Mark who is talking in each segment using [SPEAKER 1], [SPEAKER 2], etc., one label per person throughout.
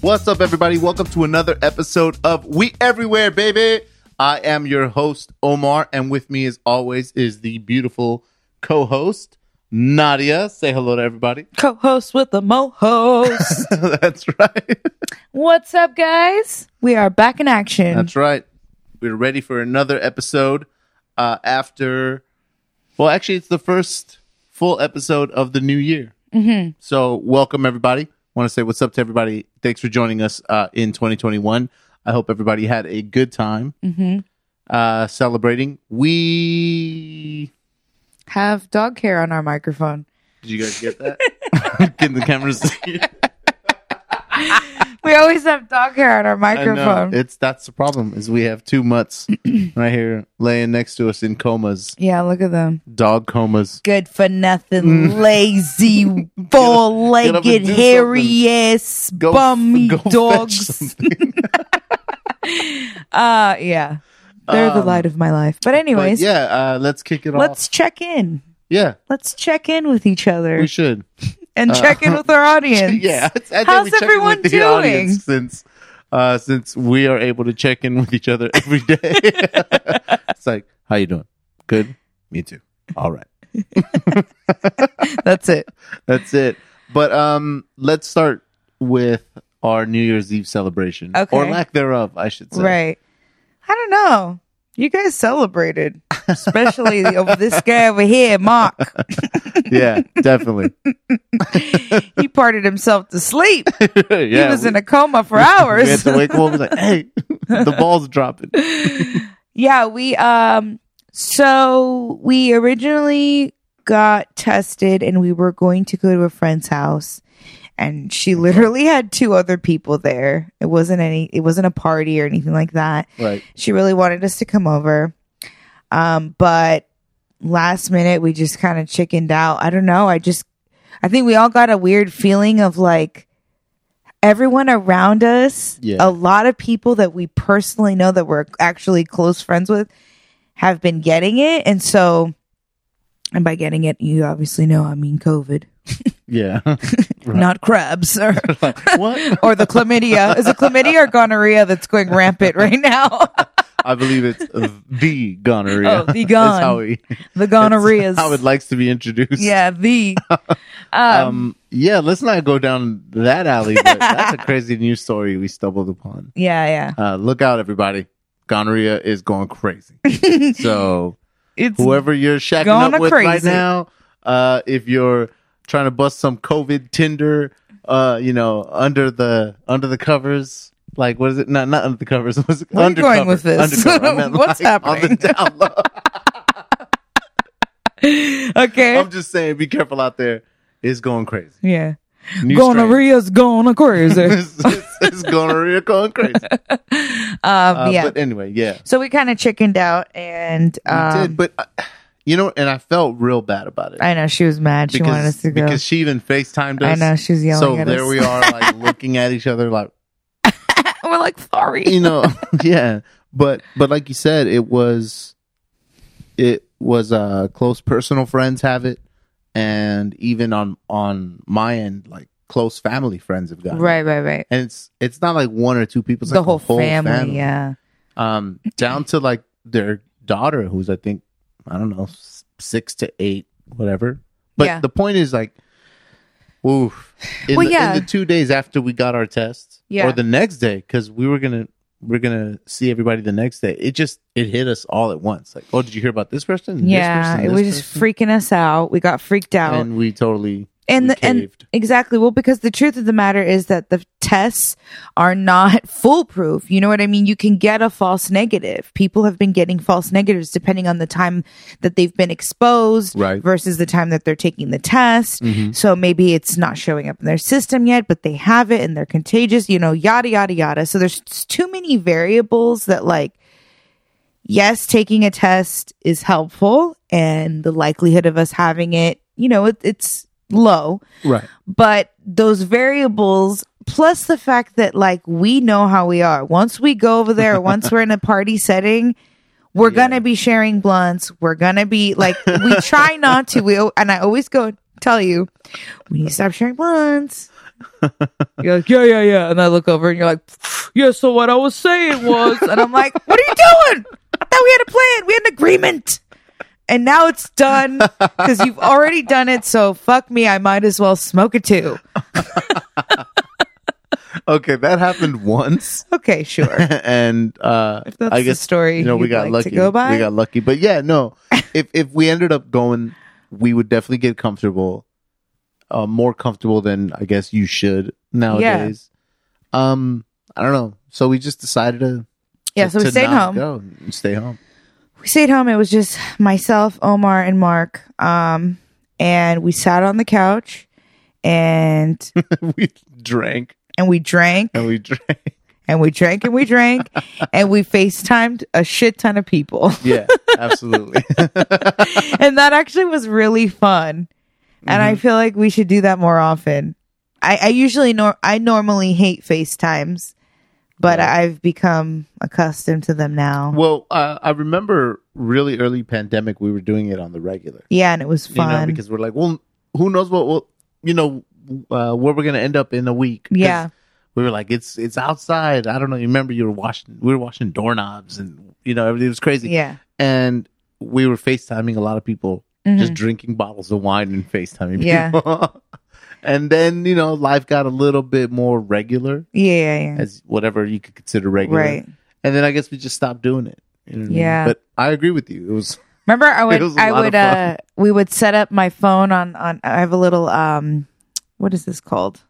[SPEAKER 1] What's up, everybody? Welcome to another episode of We Everywhere, baby. I am your host, Omar, and with me, as always, is the beautiful co host, Nadia. Say hello to everybody.
[SPEAKER 2] co-host with the mo-host.
[SPEAKER 1] That's right.
[SPEAKER 2] What's up, guys? We are back in action.
[SPEAKER 1] That's right. We're ready for another episode uh, after. Well, actually, it's the first full episode of the new year. Mm-hmm. So, welcome everybody. Want to say what's up to everybody? Thanks for joining us uh, in 2021. I hope everybody had a good time uh, celebrating. We
[SPEAKER 2] Have dog hair on our microphone.
[SPEAKER 1] did you guys get that? Getting the cameras.
[SPEAKER 2] We always have dog hair on our
[SPEAKER 1] I know.
[SPEAKER 2] microphone.
[SPEAKER 1] It's that's the problem is we have two mutts right here laying next to us in comas,
[SPEAKER 2] Yeah, look at them.
[SPEAKER 1] dog comas.
[SPEAKER 2] Good for nothing, lazy,
[SPEAKER 1] Mm. get up and
[SPEAKER 2] four-legged,
[SPEAKER 1] do
[SPEAKER 2] hairy ass,
[SPEAKER 1] Go,
[SPEAKER 2] bummy
[SPEAKER 1] go fetch
[SPEAKER 2] dogs.
[SPEAKER 1] something.
[SPEAKER 2] Uh, yeah, they're the light of my life. But
[SPEAKER 1] Um, But
[SPEAKER 2] anyways,
[SPEAKER 1] yeah, uh, let's kick it off.
[SPEAKER 2] let's check in.
[SPEAKER 1] Yeah,
[SPEAKER 2] Let's check in with each other
[SPEAKER 1] we should.
[SPEAKER 2] and check in with our audience.
[SPEAKER 1] Yeah, I think
[SPEAKER 2] How's
[SPEAKER 1] we check in
[SPEAKER 2] everyone
[SPEAKER 1] with the
[SPEAKER 2] doing?
[SPEAKER 1] audience Since uh, since we are able to check in with each other every day, it's like, how you doing? Good. Me too. All right.
[SPEAKER 2] that's it.
[SPEAKER 1] That's it. But um, let's start with our New Year's Eve celebration,
[SPEAKER 2] Okay.
[SPEAKER 1] or lack thereof, I should say.
[SPEAKER 2] Right. I don't know. You guys celebrated, especially over this guy over here, Mark.
[SPEAKER 1] Yeah, definitely.
[SPEAKER 2] He partied himself to sleep.
[SPEAKER 1] yeah,
[SPEAKER 2] he was in a coma for hours.
[SPEAKER 1] We had to wake him up. He's like, hey, the ball's dropping.
[SPEAKER 2] yeah, we um so we originally got tested and we were going to go to a friend's house and she literally had two other people there. It wasn't any it wasn't a party or anything like that.
[SPEAKER 1] Right.
[SPEAKER 2] She really wanted us to come over. Um, but last minute we just kind of chickened out. I don't know. I just, I think we all got a weird feeling of like everyone around us,
[SPEAKER 1] Yeah.
[SPEAKER 2] a lot of people that we personally know that we're actually close friends with have been getting it. And so, and by getting it, you obviously know I mean COVID,
[SPEAKER 1] Yeah. Right.
[SPEAKER 2] not crabs or,
[SPEAKER 1] Like, what?
[SPEAKER 2] or the chlamydia. Is it chlamydia or gonorrhea that's going rampant right now?
[SPEAKER 1] I believe it's the gonorrhea.
[SPEAKER 2] Oh, the
[SPEAKER 1] Is
[SPEAKER 2] gon.
[SPEAKER 1] how he-
[SPEAKER 2] the gonorrheas.
[SPEAKER 1] how it likes to be introduced.
[SPEAKER 2] Yeah, the
[SPEAKER 1] Um,
[SPEAKER 2] um,
[SPEAKER 1] yeah, let's not go down that alley. But that's a crazy news story we stumbled upon.
[SPEAKER 2] yeah, yeah.
[SPEAKER 1] Uh, look out, everybody. Gonorrhea is going crazy. so
[SPEAKER 2] It's
[SPEAKER 1] whoever you're shacking
[SPEAKER 2] Gonna
[SPEAKER 1] up with right
[SPEAKER 2] crazy.
[SPEAKER 1] now, uh, if you're trying to bust some COVID Tinder, uh, you know, under the under the covers, like what is it? Not not under the covers. What's it?
[SPEAKER 2] Where are you
[SPEAKER 1] Undercover.
[SPEAKER 2] going with this?
[SPEAKER 1] Undercover. I meant,
[SPEAKER 2] What's
[SPEAKER 1] like, on the
[SPEAKER 2] happening?
[SPEAKER 1] down low.
[SPEAKER 2] okay.
[SPEAKER 1] I'm just saying, be careful out there. It's going crazy.
[SPEAKER 2] yeah,
[SPEAKER 1] New
[SPEAKER 2] gonorrhea's gonna
[SPEAKER 1] strain.
[SPEAKER 2] crazy.
[SPEAKER 1] it's, it's, it's gonorrhea going crazy.
[SPEAKER 2] um,
[SPEAKER 1] Uh,
[SPEAKER 2] yeah.
[SPEAKER 1] But anyway, yeah,
[SPEAKER 2] so we kind of chickened out, and
[SPEAKER 1] we
[SPEAKER 2] um,
[SPEAKER 1] did. But I, you know, and I felt real bad about it
[SPEAKER 2] I know she was mad. She wanted us to go.
[SPEAKER 1] because she even Facetimed
[SPEAKER 2] I
[SPEAKER 1] us.
[SPEAKER 2] know she was yelling
[SPEAKER 1] so
[SPEAKER 2] at
[SPEAKER 1] there
[SPEAKER 2] us.
[SPEAKER 1] we are, like looking at each other, like
[SPEAKER 2] We're like, sorry.
[SPEAKER 1] you know, yeah. But but like you said, it was it was uh close personal friends have it, and even on on my end, like close family friends have gotten it.
[SPEAKER 2] Right, right, right.
[SPEAKER 1] and it's it's not like one or two people. It's
[SPEAKER 2] the
[SPEAKER 1] like
[SPEAKER 2] whole, family, yeah.
[SPEAKER 1] Um, down to like their daughter, who's I think I don't know s- six to eight, whatever. But
[SPEAKER 2] Yeah.
[SPEAKER 1] the point is like, oof. In,
[SPEAKER 2] Well,
[SPEAKER 1] the,
[SPEAKER 2] yeah.
[SPEAKER 1] in the two days after we got our tests,
[SPEAKER 2] Yeah.
[SPEAKER 1] or the next day, because we were gonna we're gonna see everybody the next day. It just it hit us all at once. Like, oh, did you hear about this person? and this
[SPEAKER 2] Yeah,
[SPEAKER 1] person,
[SPEAKER 2] it
[SPEAKER 1] this
[SPEAKER 2] was just
[SPEAKER 1] person?
[SPEAKER 2] freaking us out. We got freaked out.
[SPEAKER 1] and we totally
[SPEAKER 2] and
[SPEAKER 1] we
[SPEAKER 2] the, and
[SPEAKER 1] caved.
[SPEAKER 2] exactly well because the truth of the matter is that the tests are not foolproof you know what i mean you can get a false negative people have been getting false negatives depending on the time that they've been exposed
[SPEAKER 1] Right.
[SPEAKER 2] versus the time that they're taking the test so maybe it's not showing up in their system yet but they have it and they're contagious you know yada yada yada so there's just too many variables that like yes, taking a test is helpful and the likelihood of us having it, you know, it, it's low,
[SPEAKER 1] right.
[SPEAKER 2] but those variables plus the fact that like we know how we are. Once we go over there, once we're in a party setting, we're
[SPEAKER 1] Yeah.
[SPEAKER 2] going to be sharing blunts. We're going to be like we try not to we and I always go tell you, we need to stop sharing blunts. You're like, yeah, yeah, yeah. And I look over and you're like, yeah, so what I was saying was, and I'm like, what are you doing? I thought we had a plan. We had an agreement. And now it's done because you've already done it. So fuck me. I might as well smoke it too.
[SPEAKER 1] Okay, that happened once,
[SPEAKER 2] Okay, sure.
[SPEAKER 1] and uh, if
[SPEAKER 2] that's
[SPEAKER 1] I
[SPEAKER 2] the
[SPEAKER 1] guess
[SPEAKER 2] story
[SPEAKER 1] You know, we
[SPEAKER 2] you'd
[SPEAKER 1] got
[SPEAKER 2] like to
[SPEAKER 1] lucky.
[SPEAKER 2] go by?
[SPEAKER 1] We got lucky, but yeah, no. if if we ended up going, we would definitely get comfortable, uh, more comfortable than I guess you should nowadays. Um, I don't know. So we just decided to
[SPEAKER 2] Yeah,
[SPEAKER 1] to-
[SPEAKER 2] so we
[SPEAKER 1] to
[SPEAKER 2] stayed
[SPEAKER 1] not
[SPEAKER 2] home.
[SPEAKER 1] Go and stay home.
[SPEAKER 2] we stayed home. It was just myself, Omar, and Mark. Um, and we sat on the couch and
[SPEAKER 1] we drank
[SPEAKER 2] and we drank
[SPEAKER 1] and we drank.
[SPEAKER 2] and we drank and we drank and we FaceTimed a shit ton of people.
[SPEAKER 1] Yeah, absolutely.
[SPEAKER 2] and that actually was really fun. And
[SPEAKER 1] Mm-hmm.
[SPEAKER 2] I feel like we should do that more often. I, I usually nor I normally hate FaceTimes, but
[SPEAKER 1] Right.
[SPEAKER 2] I've become accustomed to them now.
[SPEAKER 1] well, uh, I remember really early pandemic, we were doing it on the regular.
[SPEAKER 2] yeah, and it was
[SPEAKER 1] you know,
[SPEAKER 2] fun.
[SPEAKER 1] because we're like, well, who knows what we'll, you know, uh, where we're gonna end up in a week. 'Cause
[SPEAKER 2] Yeah.
[SPEAKER 1] we were like, it's it's outside. I don't know. You remember you were washing, we were washing doorknobs, and you know, everything was crazy.
[SPEAKER 2] yeah.
[SPEAKER 1] and we were FaceTiming a lot of people, just drinking bottles of wine and FaceTiming
[SPEAKER 2] Mm-hmm. Yeah.
[SPEAKER 1] people. and then you know, life got a little bit more regular,
[SPEAKER 2] Yeah, yeah, yeah.
[SPEAKER 1] as whatever you could consider regular.
[SPEAKER 2] Right.
[SPEAKER 1] And then I guess we just stopped doing it. You know what I mean?
[SPEAKER 2] Yeah.
[SPEAKER 1] but I agree with you. It was
[SPEAKER 2] Remember, I would,
[SPEAKER 1] was a
[SPEAKER 2] I
[SPEAKER 1] lot
[SPEAKER 2] would,
[SPEAKER 1] of fun.
[SPEAKER 2] uh, we would set up my phone on, on. I have a little, um, what is this called?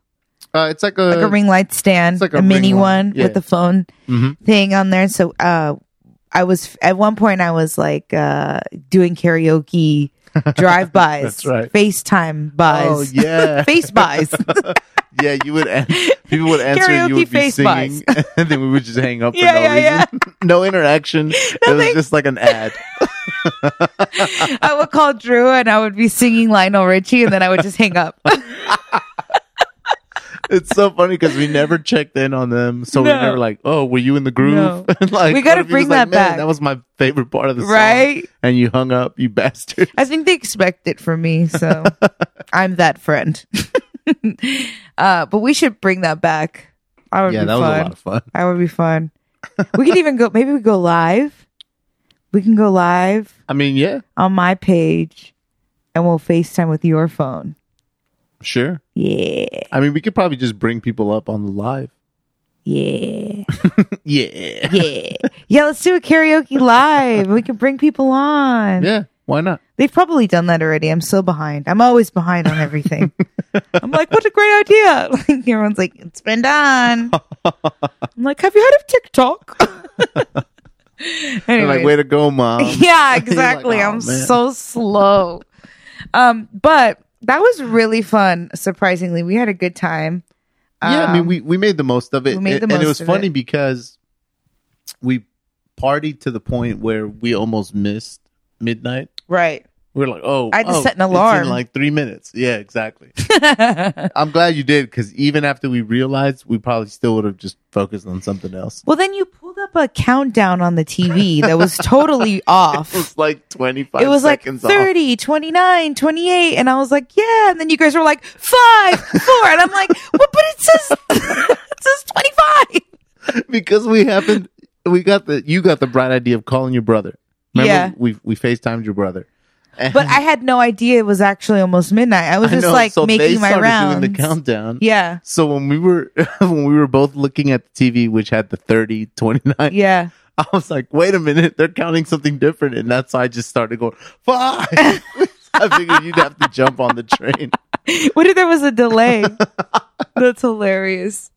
[SPEAKER 1] uh, it's like a,
[SPEAKER 2] Like a ring light stand,
[SPEAKER 1] it's like
[SPEAKER 2] a,
[SPEAKER 1] a
[SPEAKER 2] mini
[SPEAKER 1] ring light,
[SPEAKER 2] one
[SPEAKER 1] yeah.
[SPEAKER 2] with the phone
[SPEAKER 1] Mhm.
[SPEAKER 2] thing on there. So, uh, I was at one point, I was like uh, doing karaoke drive bys,
[SPEAKER 1] That's right.
[SPEAKER 2] FaceTime buys,
[SPEAKER 1] Oh yeah.
[SPEAKER 2] face buys.
[SPEAKER 1] Yeah, you would. an- People would answer. and
[SPEAKER 2] Karaoke
[SPEAKER 1] you would be
[SPEAKER 2] face
[SPEAKER 1] singing, and then we would just hang up for
[SPEAKER 2] Yeah,
[SPEAKER 1] no
[SPEAKER 2] yeah, yeah.
[SPEAKER 1] reason, no interaction. It was
[SPEAKER 2] Nothing.
[SPEAKER 1] just like an ad.
[SPEAKER 2] I would call Drew and I would be singing Lionel Richie, and then I would just hang up.
[SPEAKER 1] It's so funny because we never checked in on them, so we
[SPEAKER 2] No.
[SPEAKER 1] were never like, "Oh, were you in the groove?"
[SPEAKER 2] No.
[SPEAKER 1] like
[SPEAKER 2] We
[SPEAKER 1] one of you
[SPEAKER 2] gotta
[SPEAKER 1] was
[SPEAKER 2] bring
[SPEAKER 1] like,
[SPEAKER 2] that
[SPEAKER 1] "Man,
[SPEAKER 2] back."
[SPEAKER 1] That was my favorite part of the song,
[SPEAKER 2] Right?
[SPEAKER 1] And you hung up, you bastard.
[SPEAKER 2] I think they expect it from me, so I'm that friend. uh, but we should bring that back. I would
[SPEAKER 1] yeah,
[SPEAKER 2] be
[SPEAKER 1] that was
[SPEAKER 2] fun.
[SPEAKER 1] a lot of fun.
[SPEAKER 2] that would be fun. we could even go. Maybe we go live. We can go live
[SPEAKER 1] I mean, yeah,
[SPEAKER 2] on my page, and we'll Facetime with your phone.
[SPEAKER 1] sure.
[SPEAKER 2] Yeah,
[SPEAKER 1] I mean, we could probably just bring people up on the live.
[SPEAKER 2] yeah,
[SPEAKER 1] Yeah,
[SPEAKER 2] yeah, yeah. Let's do a karaoke live. We can bring people on.
[SPEAKER 1] yeah. Why not?
[SPEAKER 2] They've probably done that already. I'm so behind. I'm always behind on everything. I'm like, what a great idea. Like, everyone's like, it's been done. I'm like, have you heard of TikTok?
[SPEAKER 1] They're
[SPEAKER 2] anyway.
[SPEAKER 1] Like, way to go, mom.
[SPEAKER 2] yeah, exactly.
[SPEAKER 1] Um, "Aw,
[SPEAKER 2] I'm
[SPEAKER 1] man."
[SPEAKER 2] so slow. Um, but that was really fun, surprisingly. We had a good time.
[SPEAKER 1] Yeah, I
[SPEAKER 2] Um,
[SPEAKER 1] mean, we, we made the most of it.
[SPEAKER 2] we made the
[SPEAKER 1] and and it was
[SPEAKER 2] most of
[SPEAKER 1] funny
[SPEAKER 2] it.
[SPEAKER 1] because we partied to the point where we almost missed midnight.
[SPEAKER 2] Right.
[SPEAKER 1] We are like, oh,
[SPEAKER 2] I had to
[SPEAKER 1] oh,
[SPEAKER 2] set an
[SPEAKER 1] it's in
[SPEAKER 2] alarm.
[SPEAKER 1] like three minutes. Yeah, exactly. I'm glad you did because even after we realized, we probably still would have just focused on something else.
[SPEAKER 2] Well, then you pulled up a countdown on the TV that was totally off.
[SPEAKER 1] It was like 25
[SPEAKER 2] it was like
[SPEAKER 1] seconds
[SPEAKER 2] 30 29 28 and i was like yeah and then you guys were like five four and i'm like what but it says it says 25
[SPEAKER 1] off because we happened, we got the, you got the bright idea of calling your brother. Remember,
[SPEAKER 2] Yeah.
[SPEAKER 1] we, we FaceTimed your brother. And
[SPEAKER 2] but i had no idea it was actually almost midnight i was
[SPEAKER 1] I
[SPEAKER 2] just
[SPEAKER 1] know,
[SPEAKER 2] like
[SPEAKER 1] so they
[SPEAKER 2] making my
[SPEAKER 1] started
[SPEAKER 2] rounds
[SPEAKER 1] Doing the countdown.
[SPEAKER 2] yeah
[SPEAKER 1] So when we were when we were both looking at the TV which had the 30 29
[SPEAKER 2] yeah
[SPEAKER 1] I was like wait a minute they're counting something different and that's why I just started going 5 I figured you'd have to jump on the train
[SPEAKER 2] what if there was a delay that's hilarious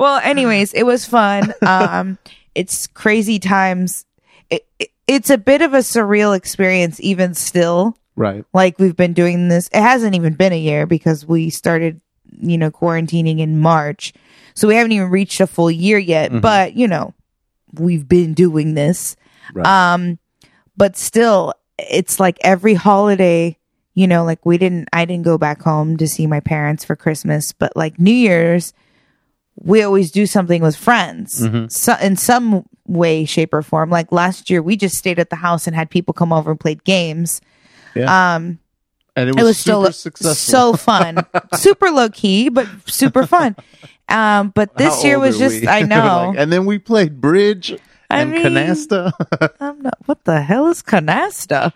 [SPEAKER 2] well anyways it was fun um it's crazy times it, it, it's a bit of a surreal experience even still
[SPEAKER 1] right
[SPEAKER 2] like we've been doing this it hasn't even been a year because we started you know quarantining in march so we haven't even reached a full year yet
[SPEAKER 1] Mhm.
[SPEAKER 2] but you know we've been doing this
[SPEAKER 1] right
[SPEAKER 2] um but still it's like every holiday you know like we didn't i didn't go back home to see my parents for christmas but like new year's we always do something with friends
[SPEAKER 1] Mhm.
[SPEAKER 2] so, in some way shape or form like last year we just stayed at the house and had people come over and played games
[SPEAKER 1] Yeah.
[SPEAKER 2] um
[SPEAKER 1] and it was,
[SPEAKER 2] it was
[SPEAKER 1] super
[SPEAKER 2] still
[SPEAKER 1] successful.
[SPEAKER 2] so fun, super low key, but super fun. Um, but
[SPEAKER 1] How
[SPEAKER 2] this year
[SPEAKER 1] old
[SPEAKER 2] was
[SPEAKER 1] are
[SPEAKER 2] just
[SPEAKER 1] we?
[SPEAKER 2] I
[SPEAKER 1] We're
[SPEAKER 2] know.
[SPEAKER 1] like, and then we played bridge
[SPEAKER 2] I
[SPEAKER 1] and
[SPEAKER 2] mean-
[SPEAKER 1] canasta.
[SPEAKER 2] I'm not. What the hell is canasta?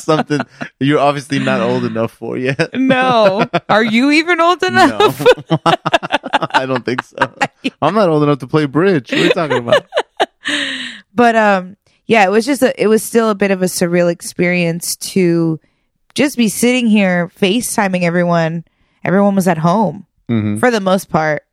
[SPEAKER 1] Something you're obviously not old enough for yet.
[SPEAKER 2] No, are you even old enough?
[SPEAKER 1] No, I don't think so. I'm not old enough to play bridge. What are you talking about?
[SPEAKER 2] But um, yeah, it was just a. It was still a bit of a surreal experience to just be sitting here FaceTiming everyone. Everyone was at home
[SPEAKER 1] Mhm.
[SPEAKER 2] for the most part.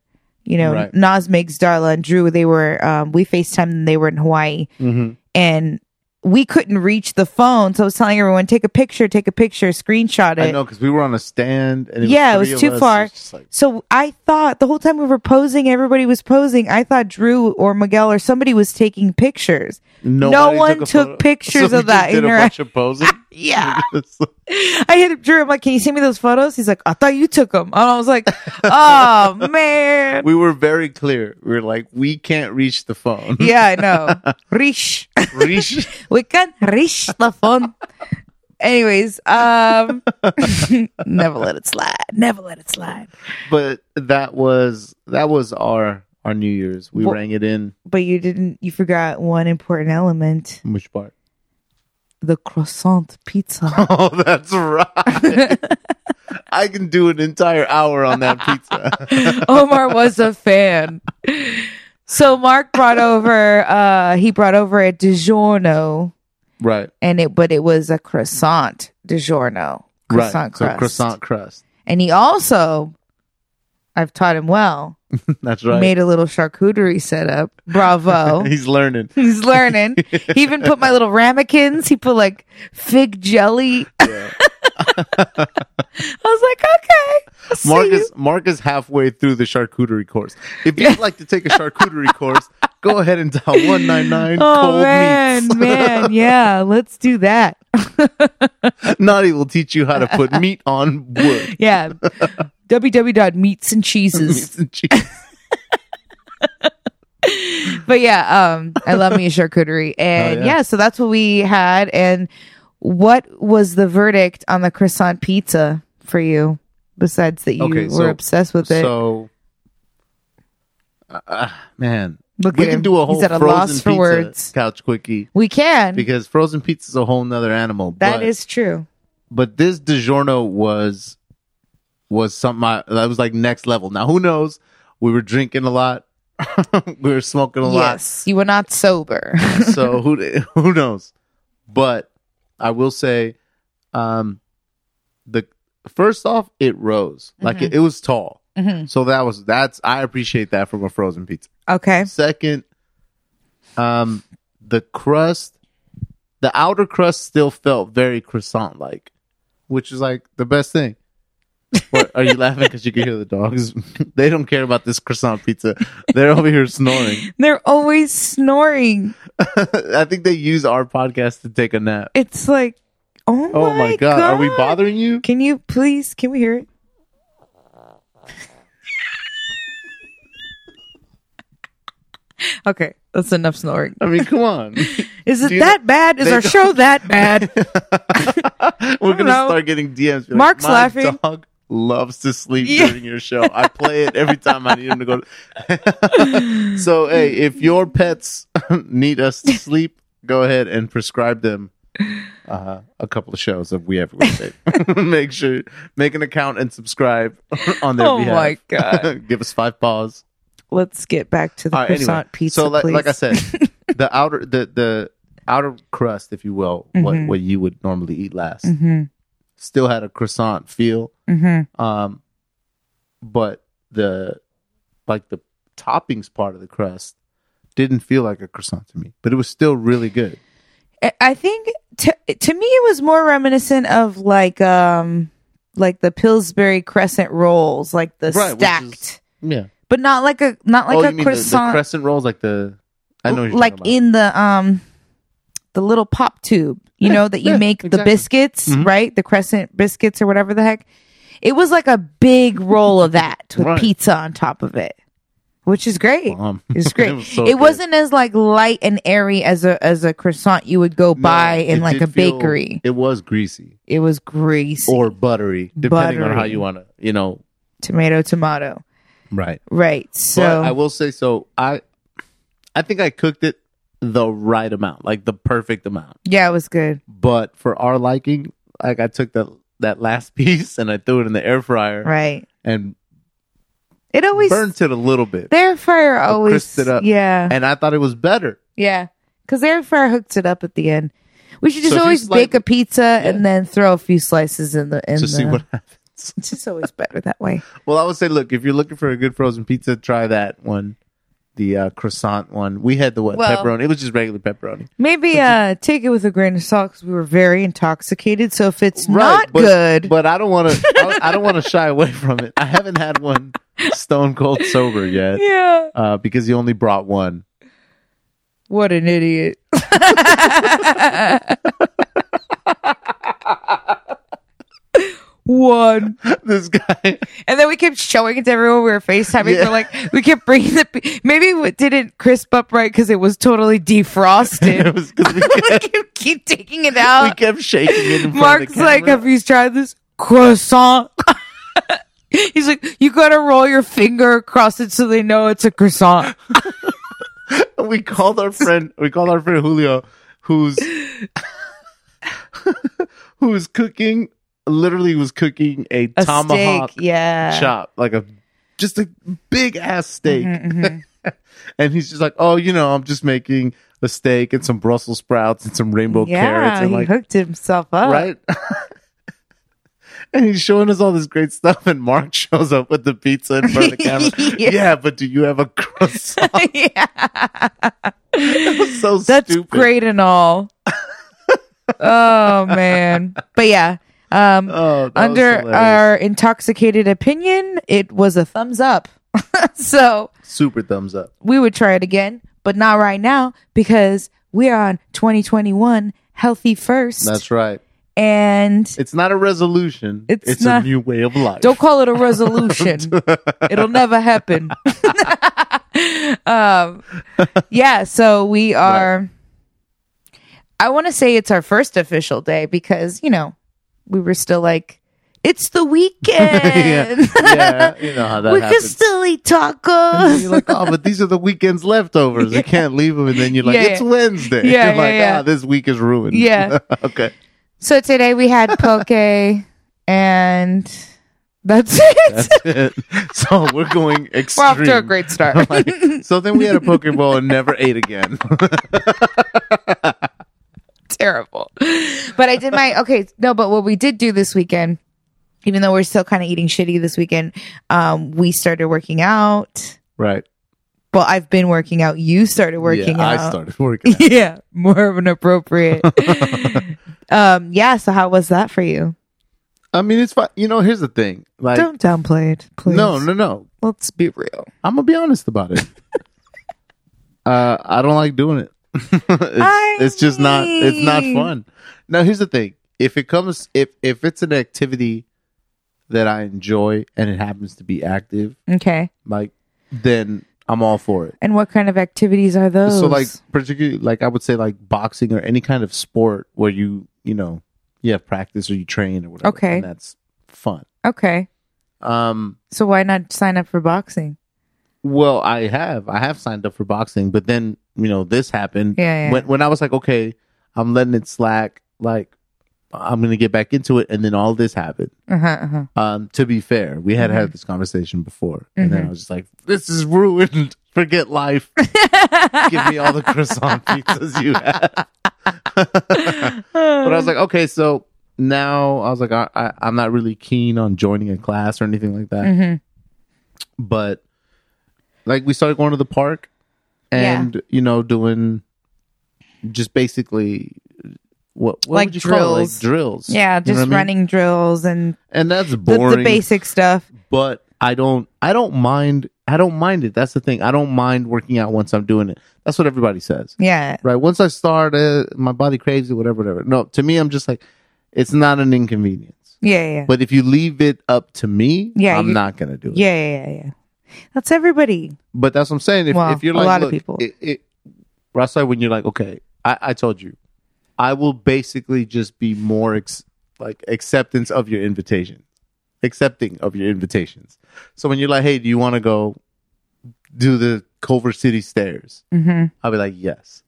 [SPEAKER 2] You know,
[SPEAKER 1] Right.
[SPEAKER 2] Nas, Migs, Darla, and Drew. They were. Um, we FaceTimed. And they were in Hawaii.
[SPEAKER 1] Mm-hmm.
[SPEAKER 2] and we couldn't reach the phone. So I was telling everyone, take a picture, take a picture, screenshot
[SPEAKER 1] I
[SPEAKER 2] it.
[SPEAKER 1] know because we were on a stand. And
[SPEAKER 2] Yeah, it
[SPEAKER 1] three
[SPEAKER 2] was
[SPEAKER 1] of
[SPEAKER 2] too
[SPEAKER 1] us.
[SPEAKER 2] far.
[SPEAKER 1] It's just like,
[SPEAKER 2] So I thought the whole time we were posing, everybody was posing. I thought Drew or Miguel or somebody was taking pictures.
[SPEAKER 1] nobody
[SPEAKER 2] one
[SPEAKER 1] a
[SPEAKER 2] took
[SPEAKER 1] photo.
[SPEAKER 2] pictures
[SPEAKER 1] So
[SPEAKER 2] of
[SPEAKER 1] we just
[SPEAKER 2] that
[SPEAKER 1] Did a
[SPEAKER 2] interac-
[SPEAKER 1] bunch of posing.
[SPEAKER 2] Yeah.
[SPEAKER 1] It's like,
[SPEAKER 2] I hit Drew. I'm like, can you send me those photos? He's like, I thought you took them. And I was like, oh, man.
[SPEAKER 1] we were very clear. We were like, we can't reach the phone.
[SPEAKER 2] yeah, I know. Rish.
[SPEAKER 1] Reach-
[SPEAKER 2] We can reach the phone. Anyways, um, never let it slide. Never let it slide.
[SPEAKER 1] but that was that was our our New Year's. We
[SPEAKER 2] Wha-
[SPEAKER 1] rang it in.
[SPEAKER 2] But you didn't, you forgot one important element
[SPEAKER 1] Which part?
[SPEAKER 2] the croissant pizza.
[SPEAKER 1] Oh, that's right. I can do an entire hour on that pizza.
[SPEAKER 2] Omar was a fan. So Mark brought over, uh, he brought over a DiGiorno
[SPEAKER 1] right.
[SPEAKER 2] and it, but it was a croissant DiGiorno. Croissant
[SPEAKER 1] right.
[SPEAKER 2] crust.
[SPEAKER 1] So croissant crust.
[SPEAKER 2] And he also, I've taught him well,
[SPEAKER 1] That's right.
[SPEAKER 2] made a little charcuterie setup. Bravo.
[SPEAKER 1] He's learning.
[SPEAKER 2] He's learning. he even put my little ramekins. He put like fig jelly.
[SPEAKER 1] Yeah.
[SPEAKER 2] I was like, okay. I'll see
[SPEAKER 1] Mark
[SPEAKER 2] you.
[SPEAKER 1] is Mark is halfway through the charcuterie course. If you'd like to take a charcuterie course, go ahead and dial one nine nine
[SPEAKER 2] Oh
[SPEAKER 1] cold
[SPEAKER 2] man,
[SPEAKER 1] meats.
[SPEAKER 2] man, yeah, let's do that.
[SPEAKER 1] Naughty will teach you how to put meat on wood.
[SPEAKER 2] Yeah, www.meatsandcheeses.
[SPEAKER 1] Meats and cheese.
[SPEAKER 2] but yeah, um, I love me a charcuterie, and
[SPEAKER 1] Oh, yeah.
[SPEAKER 2] yeah. so that's what we had. And what was the verdict on the croissant pizza for you? Besides that, you
[SPEAKER 1] Okay,
[SPEAKER 2] were
[SPEAKER 1] so-
[SPEAKER 2] obsessed with it.
[SPEAKER 1] So, uh, man,
[SPEAKER 2] Look
[SPEAKER 1] we
[SPEAKER 2] at
[SPEAKER 1] can
[SPEAKER 2] him.
[SPEAKER 1] do a whole
[SPEAKER 2] He's at a
[SPEAKER 1] frozen
[SPEAKER 2] loss for
[SPEAKER 1] pizza
[SPEAKER 2] words.
[SPEAKER 1] couch quickie
[SPEAKER 2] We can.
[SPEAKER 1] because frozen pizza is a whole nother animal.
[SPEAKER 2] that
[SPEAKER 1] but,
[SPEAKER 2] is true.
[SPEAKER 1] but this DiGiorno was was something I, that was like next level. Now who knows? We were drinking a lot, we were smoking a lot,
[SPEAKER 2] Yes, you were not sober.
[SPEAKER 1] so who who knows? But I will say, um, the first off, it rose like it, it was tall.
[SPEAKER 2] Mhm.
[SPEAKER 1] So that was that's I appreciate that from a frozen pizza.
[SPEAKER 2] Okay.
[SPEAKER 1] Second, um, the crust, the outer crust still felt very croissant like, which is like the best thing. What, are you laughing because you can hear the dogs? they don't care about this croissant pizza. They're over here snoring.
[SPEAKER 2] They're always snoring.
[SPEAKER 1] I think they use our podcast to take a nap.
[SPEAKER 2] It's like, oh,
[SPEAKER 1] Oh my, god. are we bothering you?
[SPEAKER 2] Can you please? Can we hear it? okay, that's enough snoring.
[SPEAKER 1] I mean, come on.
[SPEAKER 2] Is it
[SPEAKER 1] Do you-
[SPEAKER 2] that bad? Is
[SPEAKER 1] they
[SPEAKER 2] our
[SPEAKER 1] don't-
[SPEAKER 2] show that bad?
[SPEAKER 1] We're gonna
[SPEAKER 2] know.
[SPEAKER 1] start getting DMs. be like,
[SPEAKER 2] Mark's
[SPEAKER 1] "My
[SPEAKER 2] laughing."
[SPEAKER 1] Dog loves to sleep
[SPEAKER 2] Yeah.
[SPEAKER 1] during your show. I play it every time I need him to go. to-" so hey, if your pets need us to sleep, go ahead and prescribe them uh, a couple of shows of We Have Wednesday. make sure make an account and subscribe on their
[SPEAKER 2] Oh
[SPEAKER 1] behalf.
[SPEAKER 2] my God.
[SPEAKER 1] Give us five paws.
[SPEAKER 2] Let's get back to the
[SPEAKER 1] All right, anyway.
[SPEAKER 2] croissant pizza.
[SPEAKER 1] So, like,
[SPEAKER 2] please.
[SPEAKER 1] like I said, the outer the the outer crust, if you will, what
[SPEAKER 2] Mm-hmm.
[SPEAKER 1] what you would normally eat last, still had a croissant feel.
[SPEAKER 2] Mm-hmm.
[SPEAKER 1] Um, but the like the toppings part of the crust didn't feel like a croissant to me, but it was still really good.
[SPEAKER 2] I- I think to to me it was more reminiscent of like um like the Pillsbury crescent rolls, like the
[SPEAKER 1] Right, which
[SPEAKER 2] stacked,
[SPEAKER 1] is- Yeah.
[SPEAKER 2] but not like a not like
[SPEAKER 1] oh, you
[SPEAKER 2] a
[SPEAKER 1] mean the- the,
[SPEAKER 2] croissant,
[SPEAKER 1] crescent rolls, like the I know what you're
[SPEAKER 2] like
[SPEAKER 1] talking about.
[SPEAKER 2] in the um the little pop tube, you
[SPEAKER 1] Yeah,
[SPEAKER 2] know that you
[SPEAKER 1] yeah,
[SPEAKER 2] make the
[SPEAKER 1] exactly.
[SPEAKER 2] biscuits,
[SPEAKER 1] Mhm.
[SPEAKER 2] right? The crescent biscuits or whatever the heck. It was like a big roll of that with
[SPEAKER 1] Right.
[SPEAKER 2] pizza on top of it. which is great.
[SPEAKER 1] Bomb.
[SPEAKER 2] It's great.
[SPEAKER 1] Um, It
[SPEAKER 2] it,
[SPEAKER 1] was so good.
[SPEAKER 2] wasn't as like light and airy as a as a croissant you would go buy
[SPEAKER 1] No,
[SPEAKER 2] in
[SPEAKER 1] it
[SPEAKER 2] like
[SPEAKER 1] did
[SPEAKER 2] a
[SPEAKER 1] feel-
[SPEAKER 2] bakery.
[SPEAKER 1] It was greasy
[SPEAKER 2] It was greasy,
[SPEAKER 1] or buttery, depending on how
[SPEAKER 2] Buttery.
[SPEAKER 1] you want to, you know.
[SPEAKER 2] tomato, tomato.
[SPEAKER 1] Right.
[SPEAKER 2] Right.
[SPEAKER 1] but
[SPEAKER 2] So
[SPEAKER 1] I will say so. I, I think I cooked it the right amount, like the perfect amount.
[SPEAKER 2] yeah, it was good.
[SPEAKER 1] But for our liking, like I took that that last piece and I threw it in the air fryer
[SPEAKER 2] Right.
[SPEAKER 1] and
[SPEAKER 2] It always
[SPEAKER 1] burnt it a little bit,
[SPEAKER 2] the air fryer always
[SPEAKER 1] crisped it up.
[SPEAKER 2] Yeah.
[SPEAKER 1] and I thought it was better.
[SPEAKER 2] Yeah, because air fryer hooks it up at the end. We should
[SPEAKER 1] So
[SPEAKER 2] just
[SPEAKER 1] if you
[SPEAKER 2] always
[SPEAKER 1] slice-
[SPEAKER 2] bake a pizza and then throw a few slices in the in
[SPEAKER 1] to
[SPEAKER 2] the.
[SPEAKER 1] see what happens.
[SPEAKER 2] it's just always better that way.
[SPEAKER 1] Well, I would say, look, if you're looking for a good frozen pizza, try that one, the uh, croissant one. We had the what
[SPEAKER 2] Well-
[SPEAKER 1] pepperoni. It was just regular pepperoni.
[SPEAKER 2] Maybe uh take it with a grain of salt because we were very intoxicated. So if it's not
[SPEAKER 1] but,
[SPEAKER 2] good,
[SPEAKER 1] but I don't want to. I, I don't want to shy away from it. I haven't had one stone cold sober yet
[SPEAKER 2] yeah,
[SPEAKER 1] uh, because he only brought one.
[SPEAKER 2] what an idiot. One,
[SPEAKER 1] this guy.
[SPEAKER 2] and then we kept showing it to everyone. We were Facetiming.
[SPEAKER 1] Yeah.
[SPEAKER 2] We're like, we kept bringing the. p- Maybe it didn't crisp up right because it was totally defrosted.
[SPEAKER 1] It was because we,
[SPEAKER 2] I
[SPEAKER 1] kept-
[SPEAKER 2] keep, keep taking it
[SPEAKER 1] we
[SPEAKER 2] out.
[SPEAKER 1] kept shaking it. In front of the
[SPEAKER 2] Mark's like,
[SPEAKER 1] camera.
[SPEAKER 2] have you tried this croissant? He's like, you gotta roll your finger across it so they know it's a croissant.
[SPEAKER 1] we called our friend we called our friend Julio who's who's cooking literally was cooking a,
[SPEAKER 2] A
[SPEAKER 1] tomahawk
[SPEAKER 2] steak, yeah.
[SPEAKER 1] chop like a just a big ass steak
[SPEAKER 2] Mm-hmm,
[SPEAKER 1] and he's just like oh you know I'm just making a steak and some Brussels sprouts and some rainbow carrots
[SPEAKER 2] yeah,
[SPEAKER 1] and
[SPEAKER 2] he
[SPEAKER 1] like
[SPEAKER 2] hooked himself up.
[SPEAKER 1] right And he's showing us all this great stuff, and Mark shows up with the pizza in front of the camera.
[SPEAKER 2] Yeah.
[SPEAKER 1] Yeah, but do you have a croissant?
[SPEAKER 2] yeah,
[SPEAKER 1] so
[SPEAKER 2] that's
[SPEAKER 1] stupid.
[SPEAKER 2] great and all. oh man, but yeah. Um,
[SPEAKER 1] Oh, that was
[SPEAKER 2] under
[SPEAKER 1] hilarious.
[SPEAKER 2] our intoxicated opinion, it was a thumbs up. so
[SPEAKER 1] super thumbs up.
[SPEAKER 2] we would try it again, but not right now because we are on 2021 healthy first.
[SPEAKER 1] That's right.
[SPEAKER 2] and
[SPEAKER 1] It's not a resolution. It's,
[SPEAKER 2] It's
[SPEAKER 1] a
[SPEAKER 2] not-
[SPEAKER 1] new way of life.
[SPEAKER 2] don't call it a resolution. It'll never happen. um, yeah, so we are. I want to say it's our first official day because, you know, we were still like, it's the
[SPEAKER 1] yeah,
[SPEAKER 2] weekend.
[SPEAKER 1] yeah, you know how that
[SPEAKER 2] we can
[SPEAKER 1] happens.
[SPEAKER 2] still eat tacos.
[SPEAKER 1] You're like, oh, but these are the weekend's leftovers. You can't leave them, and then you're like,
[SPEAKER 2] Yeah,
[SPEAKER 1] it's
[SPEAKER 2] yeah.
[SPEAKER 1] Wednesday.
[SPEAKER 2] Yeah,
[SPEAKER 1] you're
[SPEAKER 2] yeah,
[SPEAKER 1] like,
[SPEAKER 2] yeah.
[SPEAKER 1] ah, this week is ruined.
[SPEAKER 2] Yeah.
[SPEAKER 1] okay.
[SPEAKER 2] So today we had poke, and that's it.
[SPEAKER 1] That's it. So we're going
[SPEAKER 2] We're
[SPEAKER 1] extreme.
[SPEAKER 2] off to a great start.
[SPEAKER 1] Like, so then we had a Pokeball and never ate again.
[SPEAKER 2] Terrible. But I did my okay. No, but what we did do this weekend, even though we're still kind of eating shitty this weekend, um, we started working out.
[SPEAKER 1] right.
[SPEAKER 2] Well, I've been working out. You started working
[SPEAKER 1] yeah,
[SPEAKER 2] out.
[SPEAKER 1] I started working. out.
[SPEAKER 2] yeah, more of an appropriate. um, yeah. So how was that for you?
[SPEAKER 1] I mean, it's fine. You know, here's the thing. Like,
[SPEAKER 2] Don't downplay it, please.
[SPEAKER 1] no, no, no.
[SPEAKER 2] Let's be real.
[SPEAKER 1] I'm gonna be honest about it. uh, I don't like doing it.
[SPEAKER 2] I
[SPEAKER 1] it's, it's just not. It's not
[SPEAKER 2] mean-
[SPEAKER 1] fun. Now, here's the thing: if it comes, if if it's an activity that I enjoy and it happens to be active,
[SPEAKER 2] Okay.
[SPEAKER 1] like then I'm all for it.
[SPEAKER 2] And what kind of activities are those?
[SPEAKER 1] So, like particularly, like I would say, like boxing or any kind of sport where you you know you have practice or you train or whatever.
[SPEAKER 2] Okay.
[SPEAKER 1] and that's fun.
[SPEAKER 2] okay.
[SPEAKER 1] Um,
[SPEAKER 2] So why not sign up for boxing?
[SPEAKER 1] Well, I have. I have signed up for boxing, but then, you know, this happened.
[SPEAKER 2] Yeah, yeah.
[SPEAKER 1] When when I was like, okay, I'm letting it slack, like I'm gonna get back into it, and then all this happened.
[SPEAKER 2] Uh huh. Uh-huh.
[SPEAKER 1] Um, to be fair, we had
[SPEAKER 2] Mm-hmm.
[SPEAKER 1] had this conversation before, and then I was just like, "This is ruined. Forget life.
[SPEAKER 2] uh-huh.
[SPEAKER 1] Give me all the croissant pizzas you had." but I was like, "Okay, so now I was like, I, I, I'm not really keen on joining a class or anything like that."
[SPEAKER 2] Mm-hmm.
[SPEAKER 1] But like, we started going to the park,
[SPEAKER 2] Yeah.
[SPEAKER 1] and you know, doing just basically what what
[SPEAKER 2] Like
[SPEAKER 1] would you call it? Like
[SPEAKER 2] drills.
[SPEAKER 1] drills,
[SPEAKER 2] Yeah,
[SPEAKER 1] You know
[SPEAKER 2] just
[SPEAKER 1] what I mean?
[SPEAKER 2] running drills and
[SPEAKER 1] and that's
[SPEAKER 2] the,
[SPEAKER 1] boring
[SPEAKER 2] the basic stuff.
[SPEAKER 1] but I don't I don't mind I don't mind it. That's the thing. I don't mind working out once I'm doing it. That's what everybody says.
[SPEAKER 2] Yeah.
[SPEAKER 1] Right? Once I start uh, my body craves it, whatever, whatever. No, to me I'm just like it's not an inconvenience.
[SPEAKER 2] Yeah, yeah.
[SPEAKER 1] But if you leave it up to me,
[SPEAKER 2] Yeah,
[SPEAKER 1] I'm
[SPEAKER 2] you-
[SPEAKER 1] not gonna do it.
[SPEAKER 2] yeah, yeah, yeah, yeah. That's everybody.
[SPEAKER 1] But that's what I'm saying. If,
[SPEAKER 2] Well,
[SPEAKER 1] if you're
[SPEAKER 2] a
[SPEAKER 1] like,
[SPEAKER 2] lot of
[SPEAKER 1] look,
[SPEAKER 2] people.
[SPEAKER 1] It, it, Rasta, when you're like, okay, I, I told you, I will basically just be more ex- like acceptance of your invitation, accepting of your invitations. So when you're like, hey, do you want to go do the Culver City stairs? Mm-hmm. I'll be like, yes.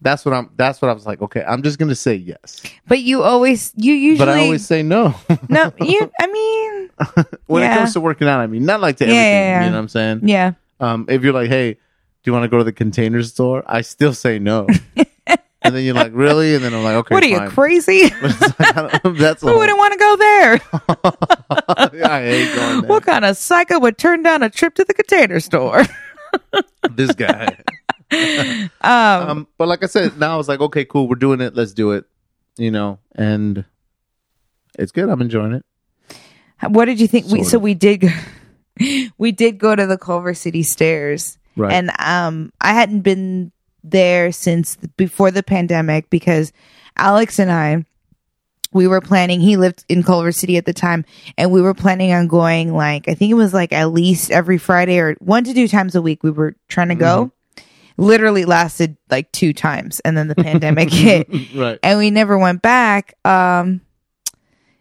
[SPEAKER 1] That's what I'm. That's what I was like. Okay, I'm just gonna say yes,
[SPEAKER 2] But you always, you usually,
[SPEAKER 1] but I always say no.
[SPEAKER 2] no, you, I mean,
[SPEAKER 1] when
[SPEAKER 2] Yeah.
[SPEAKER 1] it comes to working out, I mean, not like to
[SPEAKER 2] Yeah,
[SPEAKER 1] everything.
[SPEAKER 2] yeah, yeah.
[SPEAKER 1] You know what I'm saying?
[SPEAKER 2] yeah.
[SPEAKER 1] Um, if you're like, hey, do you want to go to the container store? I still say no. and then you're like, really? And then I'm like, okay,
[SPEAKER 2] what are you,
[SPEAKER 1] fine.
[SPEAKER 2] crazy?
[SPEAKER 1] It's like, I don't- that's
[SPEAKER 2] Who wouldn't want to go there?
[SPEAKER 1] I hate going Oh. there.
[SPEAKER 2] What kind of psycho would turn down a trip to the container store?
[SPEAKER 1] this guy. um, but like I said, now I was like, okay, cool, we're doing it. Let's do it. You know, and it's good. I'm enjoying it.
[SPEAKER 2] what did you think?
[SPEAKER 1] Um,
[SPEAKER 2] We,
[SPEAKER 1] Sort
[SPEAKER 2] so
[SPEAKER 1] of.
[SPEAKER 2] we did, go- we did go to the Culver City Stairs,
[SPEAKER 1] Right.
[SPEAKER 2] and um, I hadn't been there since the, before the pandemic because Alex and I, we were planning. He lived in Culver City at the time, and we were planning on going. Like I think it was like at least every Friday or one to two times a week. We were trying to go.
[SPEAKER 1] Mm-hmm.
[SPEAKER 2] Literally lasted like two times, and then the pandemic hit
[SPEAKER 1] right.
[SPEAKER 2] and we never went back. Um,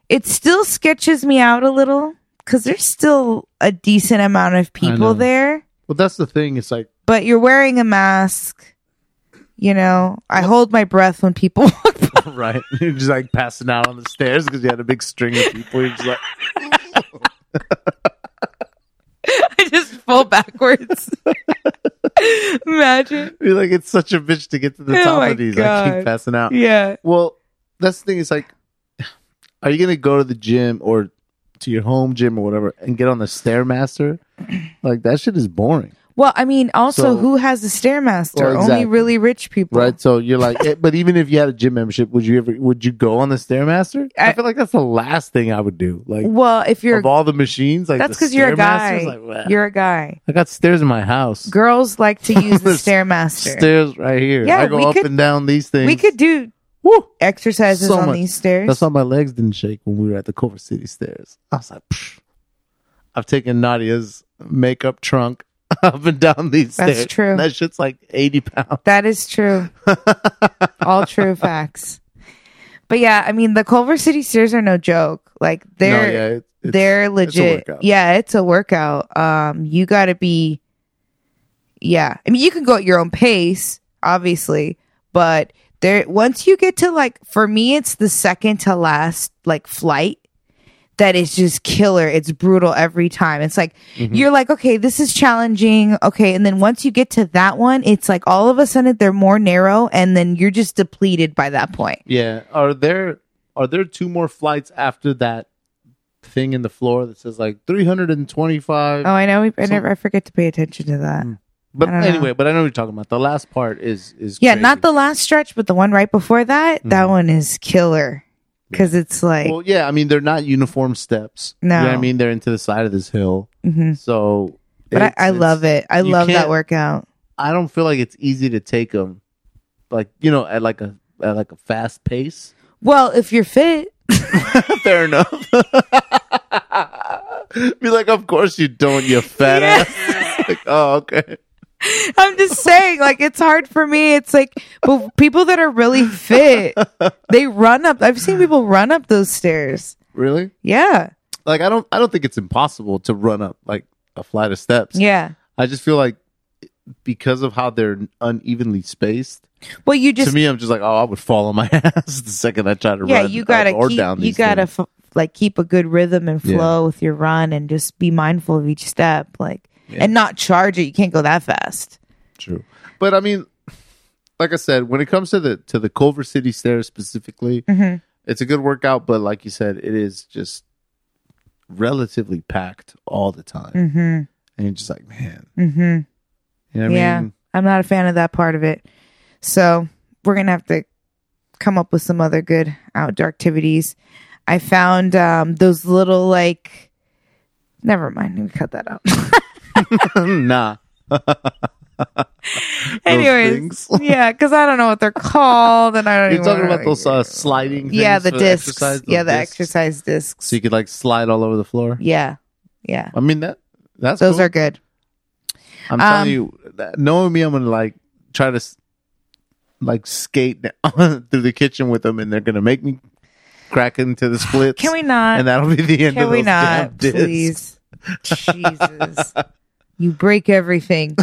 [SPEAKER 2] it still sketches me out a little because there's still a decent amount of
[SPEAKER 1] know.
[SPEAKER 2] people there,
[SPEAKER 1] Well, that's the thing. It's like,
[SPEAKER 2] but you're wearing a mask. You know, I hold my breath when people walk by.
[SPEAKER 1] right. You're just like passing out on the stairs because you had a big string of people. You're just like,
[SPEAKER 2] I just fall backwards. Imagine.
[SPEAKER 1] you're like, it's such a bitch to get to the
[SPEAKER 2] Oh
[SPEAKER 1] top
[SPEAKER 2] my
[SPEAKER 1] of these. I
[SPEAKER 2] God.
[SPEAKER 1] keep passing out.
[SPEAKER 2] Yeah.
[SPEAKER 1] Well, that's the thing. It's like, are you going to go to the gym or to your home gym or whatever and get on the Stairmaster? Like, that shit is boring.
[SPEAKER 2] Well, I mean, also,
[SPEAKER 1] So-
[SPEAKER 2] who has the Stairmaster?
[SPEAKER 1] Well,
[SPEAKER 2] Only
[SPEAKER 1] exactly.
[SPEAKER 2] really rich people.
[SPEAKER 1] Right? So you're like, eh, but even if you had a gym membership, would you ever, would you go on the Stairmaster? I,
[SPEAKER 2] I-
[SPEAKER 1] feel like that's the last thing I would do. Like,
[SPEAKER 2] Well, if you're,
[SPEAKER 1] of all the machines, like,
[SPEAKER 2] that's
[SPEAKER 1] the
[SPEAKER 2] because you're a guy.
[SPEAKER 1] Stairmaster's like, bleh.
[SPEAKER 2] you're a guy.
[SPEAKER 1] I got stairs in my house.
[SPEAKER 2] Girls like to use the
[SPEAKER 1] There's
[SPEAKER 2] Stairmaster.
[SPEAKER 1] Stairs right here.
[SPEAKER 2] Yeah,
[SPEAKER 1] I go
[SPEAKER 2] we
[SPEAKER 1] up
[SPEAKER 2] could-
[SPEAKER 1] and down these things.
[SPEAKER 2] We could do
[SPEAKER 1] Woo!
[SPEAKER 2] exercises
[SPEAKER 1] So
[SPEAKER 2] on
[SPEAKER 1] much.
[SPEAKER 2] these stairs.
[SPEAKER 1] That's why my legs didn't shake when we were at the Culver City stairs. I was like, Psh. I've taken Nadia's makeup trunk up and down these
[SPEAKER 2] That's
[SPEAKER 1] stairs.
[SPEAKER 2] true.
[SPEAKER 1] That shit's like 80 pounds.
[SPEAKER 2] that is true. All true facts. But yeah, I mean the Culver City stairs are no joke. Like they're
[SPEAKER 1] no, yeah, it- it's-
[SPEAKER 2] they're legit.
[SPEAKER 1] workout.
[SPEAKER 2] yeah, it's a workout. Um you got to be Yeah. I mean you can go at your own pace, obviously, but there once you get to like for me it's the second to last like flight that is just killer. It's brutal every time. It's like
[SPEAKER 1] Mm-hmm.
[SPEAKER 2] you're like, okay, this is challenging. Okay, and then once you get to that one, it's like all of a sudden they're more narrow, and then you're just depleted by that point.
[SPEAKER 1] Yeah. Are there are there two more flights after that thing in the floor that says like 325?
[SPEAKER 2] Oh, I know. We, I never. I forget to pay attention to that.
[SPEAKER 1] but
[SPEAKER 2] I don't know.
[SPEAKER 1] anyway, but I know what you're talking about. The last part is is
[SPEAKER 2] Yeah,
[SPEAKER 1] crazy.
[SPEAKER 2] not the last stretch, but the one right before that. That
[SPEAKER 1] Mhm.
[SPEAKER 2] one is killer because it's like
[SPEAKER 1] Well, yeah, I mean they're not uniform steps. You know what I
[SPEAKER 2] No.
[SPEAKER 1] mean they're into the side of this hill.
[SPEAKER 2] mhm.
[SPEAKER 1] So
[SPEAKER 2] But I,
[SPEAKER 1] it's-
[SPEAKER 2] I
[SPEAKER 1] it's-
[SPEAKER 2] love it. I
[SPEAKER 1] you
[SPEAKER 2] love that
[SPEAKER 1] can't-
[SPEAKER 2] workout.
[SPEAKER 1] I don't feel like it's easy to take them, like you know, at like a at like a fast pace.
[SPEAKER 2] Well, if you're fit,
[SPEAKER 1] Fair enough. Be like, of course you don't, you fat
[SPEAKER 2] Yeah.
[SPEAKER 1] ass. like, oh, okay.
[SPEAKER 2] I'm just saying, like it's hard for me. It's like, but people that are really fit, they run up. I've seen people run up those stairs.
[SPEAKER 1] Really?
[SPEAKER 2] Yeah,
[SPEAKER 1] Like, I don't, I don't think it's impossible to run up like a flight of steps.
[SPEAKER 2] yeah.
[SPEAKER 1] I just feel like because of how they're unevenly spaced.
[SPEAKER 2] Well, you just
[SPEAKER 1] to me, I'm just like, oh, I would fall on my ass the second I try to
[SPEAKER 2] yeah,
[SPEAKER 1] run.
[SPEAKER 2] you
[SPEAKER 1] up
[SPEAKER 2] gotta
[SPEAKER 1] or
[SPEAKER 2] keep,
[SPEAKER 1] down.
[SPEAKER 2] you
[SPEAKER 1] these
[SPEAKER 2] gotta
[SPEAKER 1] things.
[SPEAKER 2] f- like keep a good rhythm and
[SPEAKER 1] Yeah.
[SPEAKER 2] flow with your run, and just be mindful of each step, like
[SPEAKER 1] Yeah.
[SPEAKER 2] and not charge it. You can't go that fast.
[SPEAKER 1] True. But I mean, like I said, when it comes to the to the Culver City stairs specifically,
[SPEAKER 2] Mhm.
[SPEAKER 1] it's a good workout. But like you said, it is just relatively packed all the time,
[SPEAKER 2] hmm
[SPEAKER 1] and you're just like, man,
[SPEAKER 2] hmm
[SPEAKER 1] you know what
[SPEAKER 2] Yeah.
[SPEAKER 1] I mean?
[SPEAKER 2] I'm not a fan of that part of it, so we're gonna have to come up with some other good outdoor activities. I found um, those little like. Never mind. We cut that out.
[SPEAKER 1] nah.
[SPEAKER 2] Anyways,
[SPEAKER 1] things?
[SPEAKER 2] yeah, because I don't know what they're called, and I don't.
[SPEAKER 1] You're
[SPEAKER 2] even
[SPEAKER 1] talking
[SPEAKER 2] wanna-
[SPEAKER 1] about those uh, sliding.
[SPEAKER 2] yeah,
[SPEAKER 1] things
[SPEAKER 2] the
[SPEAKER 1] for
[SPEAKER 2] discs.
[SPEAKER 1] exercise,
[SPEAKER 2] yeah, the
[SPEAKER 1] discs.
[SPEAKER 2] exercise discs.
[SPEAKER 1] So you could like slide all over the floor.
[SPEAKER 2] Yeah. Yeah.
[SPEAKER 1] I mean that That's
[SPEAKER 2] Those
[SPEAKER 1] cool.
[SPEAKER 2] are good.
[SPEAKER 1] I'm
[SPEAKER 2] um,
[SPEAKER 1] telling you, that- knowing me, I'm gonna like try to s- like skate down through the kitchen with them, and they're gonna make me crack into the splits.
[SPEAKER 2] Can we not?
[SPEAKER 1] And that'll be the end.
[SPEAKER 2] Can
[SPEAKER 1] of
[SPEAKER 2] we
[SPEAKER 1] those damn
[SPEAKER 2] not,
[SPEAKER 1] discs.
[SPEAKER 2] please? Jesus. You break everything.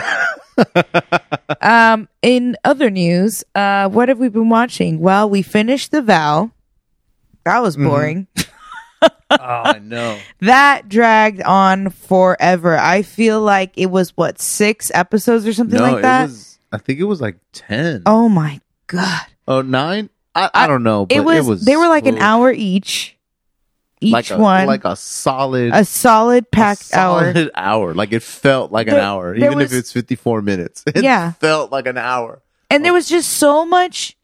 [SPEAKER 2] um, in other news, uh, what have we been watching? Well, we finished The Vow. That was
[SPEAKER 1] Mm-hmm.
[SPEAKER 2] boring.
[SPEAKER 1] Oh, I know.
[SPEAKER 2] That dragged on forever. I feel like it was, what, six episodes or something
[SPEAKER 1] no,
[SPEAKER 2] like that?
[SPEAKER 1] it was. I think it was like ten. Oh,
[SPEAKER 2] oh my God.
[SPEAKER 1] oh nine. I, I don't know. But
[SPEAKER 2] It was, They were like an
[SPEAKER 1] oof.
[SPEAKER 2] hour each. Each
[SPEAKER 1] like a,
[SPEAKER 2] one.
[SPEAKER 1] like a solid
[SPEAKER 2] a solid packed hour.
[SPEAKER 1] solid hour. Like it felt like an
[SPEAKER 2] There-
[SPEAKER 1] hour,
[SPEAKER 2] there
[SPEAKER 1] even if
[SPEAKER 2] was-
[SPEAKER 1] it's 54 minutes. It
[SPEAKER 2] Yeah.
[SPEAKER 1] felt like an hour.
[SPEAKER 2] And there was just so much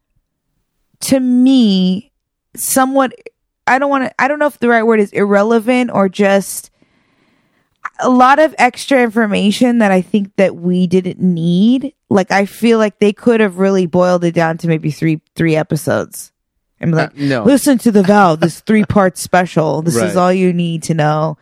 [SPEAKER 2] to me, somewhat. I don't want to, I don't know if the right word is irrelevant or just a lot of extra information that I think that we didn't need. Like, I feel like they could have really boiled it down to maybe three, three episodes. I'm like,
[SPEAKER 1] Uh, no.
[SPEAKER 2] listen to the vow, this three part special. This
[SPEAKER 1] Right.
[SPEAKER 2] is all you need to know.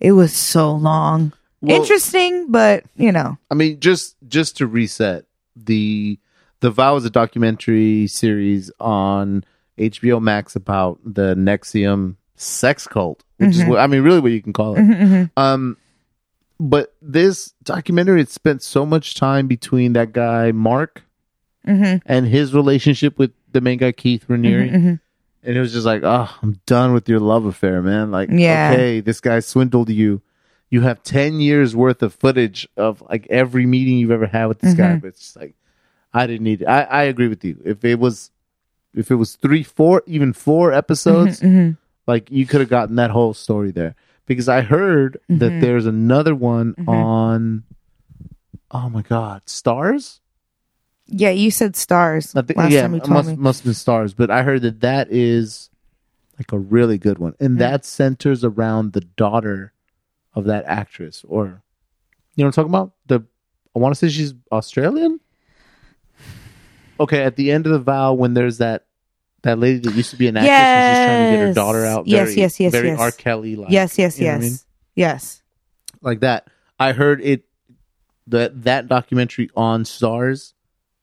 [SPEAKER 2] It was so long.
[SPEAKER 1] Well-
[SPEAKER 2] Interesting, but you know.
[SPEAKER 1] I mean, just just to reset, the the Vow is a documentary series on HBO Max about the Nexium sex cult, which is what I mean, really what you can call it.
[SPEAKER 2] Mm. Mm-hmm,
[SPEAKER 1] Um, but this documentary, it spent so much time between that guy Mark
[SPEAKER 2] mm-hmm,
[SPEAKER 1] and his relationship with the main guy Keith Raniere. And it was just like, oh, I'm done with your love affair, man. Like,
[SPEAKER 2] Yeah.
[SPEAKER 1] okay, this guy swindled you. You have 10 years worth of footage of like every meeting you've ever had with this guy. But it's just like, I didn't need it. I, I agree with you. If it was, if it was three, four, even four episodes, like you could have gotten that whole story there because I heard that there's another one on. Oh my God, stars!
[SPEAKER 2] Yeah, you said stars
[SPEAKER 1] I think-
[SPEAKER 2] last
[SPEAKER 1] yeah,
[SPEAKER 2] time you
[SPEAKER 1] it
[SPEAKER 2] told
[SPEAKER 1] must
[SPEAKER 2] me.
[SPEAKER 1] must have been stars, but I heard that that is like a really good one, and that centers around the daughter of that actress, or you know what I'm talking about? The I want to say she's Australian. Okay, at the end of the vow, when there's that that lady that used to be an actress, and she's trying to get her
[SPEAKER 2] Yes.
[SPEAKER 1] daughter out.
[SPEAKER 2] Yes,
[SPEAKER 1] very-
[SPEAKER 2] yes, yes,
[SPEAKER 1] very
[SPEAKER 2] yes.
[SPEAKER 1] R. Kelly like.
[SPEAKER 2] yes, yes,
[SPEAKER 1] you know what I
[SPEAKER 2] yes,
[SPEAKER 1] mean?
[SPEAKER 2] yes.
[SPEAKER 1] like that. I heard it that that documentary on Stars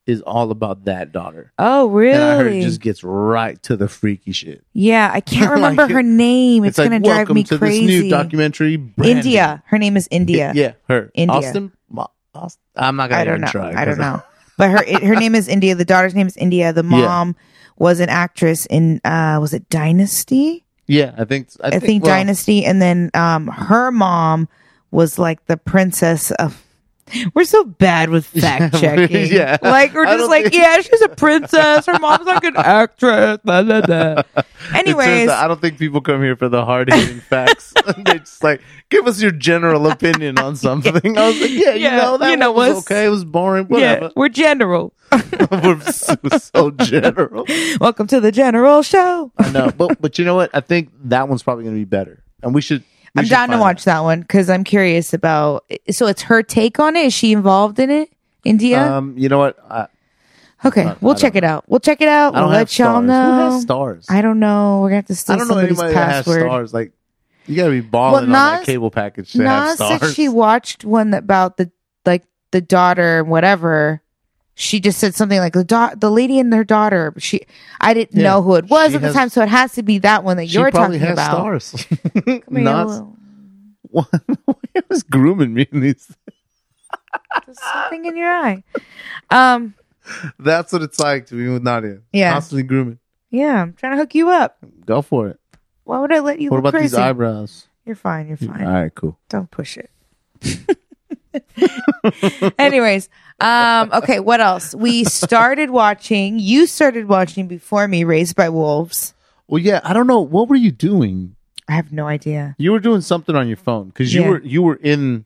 [SPEAKER 1] is all about that daughter.
[SPEAKER 2] Oh,
[SPEAKER 1] And I heard
[SPEAKER 2] really?
[SPEAKER 1] it just gets right to the freaky shit.
[SPEAKER 2] yeah, I can't
[SPEAKER 1] Like,
[SPEAKER 2] remember her name. It's,
[SPEAKER 1] like
[SPEAKER 2] gonna drive
[SPEAKER 1] welcome
[SPEAKER 2] me
[SPEAKER 1] to
[SPEAKER 2] crazy.
[SPEAKER 1] this new documentary, Brandon.
[SPEAKER 2] India. Her name is India.
[SPEAKER 1] Yeah, her
[SPEAKER 2] India.
[SPEAKER 1] Austin. Ma- Aust- I'm not gonna
[SPEAKER 2] I don't
[SPEAKER 1] even
[SPEAKER 2] know.
[SPEAKER 1] try.
[SPEAKER 2] I don't
[SPEAKER 1] 'cause
[SPEAKER 2] know. but her it, her name is India. The daughter's name is India. The mom was an actress in uh was it Dynasty?
[SPEAKER 1] yeah, I think I,
[SPEAKER 2] I think,
[SPEAKER 1] well,
[SPEAKER 2] Dynasty. And then um her mom was like the princess of. We're so bad with fact checking.
[SPEAKER 1] yeah.
[SPEAKER 2] Like, we're
[SPEAKER 1] I
[SPEAKER 2] just
[SPEAKER 1] don't
[SPEAKER 2] like,
[SPEAKER 1] think-
[SPEAKER 2] yeah, she's a princess. Her mom's like an actress. Blah, blah, blah.
[SPEAKER 1] it turns
[SPEAKER 2] Anyways,
[SPEAKER 1] out I don't think people come here for the hard hitting facts. They just like give us your general opinion on something. I was like, yeah,
[SPEAKER 2] Yeah,
[SPEAKER 1] you know that
[SPEAKER 2] you know,
[SPEAKER 1] one was
[SPEAKER 2] what's-
[SPEAKER 1] okay. It was boring.
[SPEAKER 2] yeah,
[SPEAKER 1] Whatever.
[SPEAKER 2] we're general.
[SPEAKER 1] We're so, so general.
[SPEAKER 2] Welcome to the general show.
[SPEAKER 1] I know, but but you know what? I think that one's probably going to be better, and we should. we
[SPEAKER 2] I'm
[SPEAKER 1] should
[SPEAKER 2] down to
[SPEAKER 1] find
[SPEAKER 2] watch that one because I'm curious about. So it's her take on it. Is she involved in it?
[SPEAKER 1] that.
[SPEAKER 2] India?
[SPEAKER 1] Um, you know what? I,
[SPEAKER 2] okay,
[SPEAKER 1] not-
[SPEAKER 2] we'll
[SPEAKER 1] Uh, I
[SPEAKER 2] check it out. We'll check it out.
[SPEAKER 1] I
[SPEAKER 2] We'll
[SPEAKER 1] don't have
[SPEAKER 2] let
[SPEAKER 1] stars.
[SPEAKER 2] y'all
[SPEAKER 1] Who
[SPEAKER 2] know.
[SPEAKER 1] has stars?
[SPEAKER 2] I don't know. We're gonna have to
[SPEAKER 1] I
[SPEAKER 2] steal
[SPEAKER 1] don't know
[SPEAKER 2] somebody's
[SPEAKER 1] anybody that has
[SPEAKER 2] password.
[SPEAKER 1] stars. Like you got to be balling
[SPEAKER 2] Well,
[SPEAKER 1] on
[SPEAKER 2] Nas-
[SPEAKER 1] that cable package to have
[SPEAKER 2] Nas said
[SPEAKER 1] stars.
[SPEAKER 2] she watched one about the like the daughter and whatever. She just said something like the da- the lady and their daughter. She I didn't
[SPEAKER 1] Yeah.
[SPEAKER 2] know who it was
[SPEAKER 1] She
[SPEAKER 2] at the
[SPEAKER 1] has-
[SPEAKER 2] time, so it has to be that one that
[SPEAKER 1] She
[SPEAKER 2] you're
[SPEAKER 1] probably
[SPEAKER 2] talking
[SPEAKER 1] has
[SPEAKER 2] about.
[SPEAKER 1] stars.
[SPEAKER 2] Come here,
[SPEAKER 1] Nas,
[SPEAKER 2] little-
[SPEAKER 1] what was grooming me in these?
[SPEAKER 2] there's something in your eye. Um,
[SPEAKER 1] That's what it's like to be with Nadia.
[SPEAKER 2] Yeah.
[SPEAKER 1] constantly grooming.
[SPEAKER 2] yeah, I'm trying to hook you up.
[SPEAKER 1] Go for it.
[SPEAKER 2] Why would I let you?
[SPEAKER 1] What
[SPEAKER 2] look
[SPEAKER 1] about these
[SPEAKER 2] crazy?
[SPEAKER 1] eyebrows?
[SPEAKER 2] You're fine. You're fine.
[SPEAKER 1] All right, cool.
[SPEAKER 2] Don't push it. Anyways, um, okay, what else? We started watching, you started watching before me, Raised by Wolves.
[SPEAKER 1] Well, yeah, I don't know. What were you doing?
[SPEAKER 2] I have no idea.
[SPEAKER 1] You were doing something on your phone because you
[SPEAKER 2] Yeah.
[SPEAKER 1] were you were in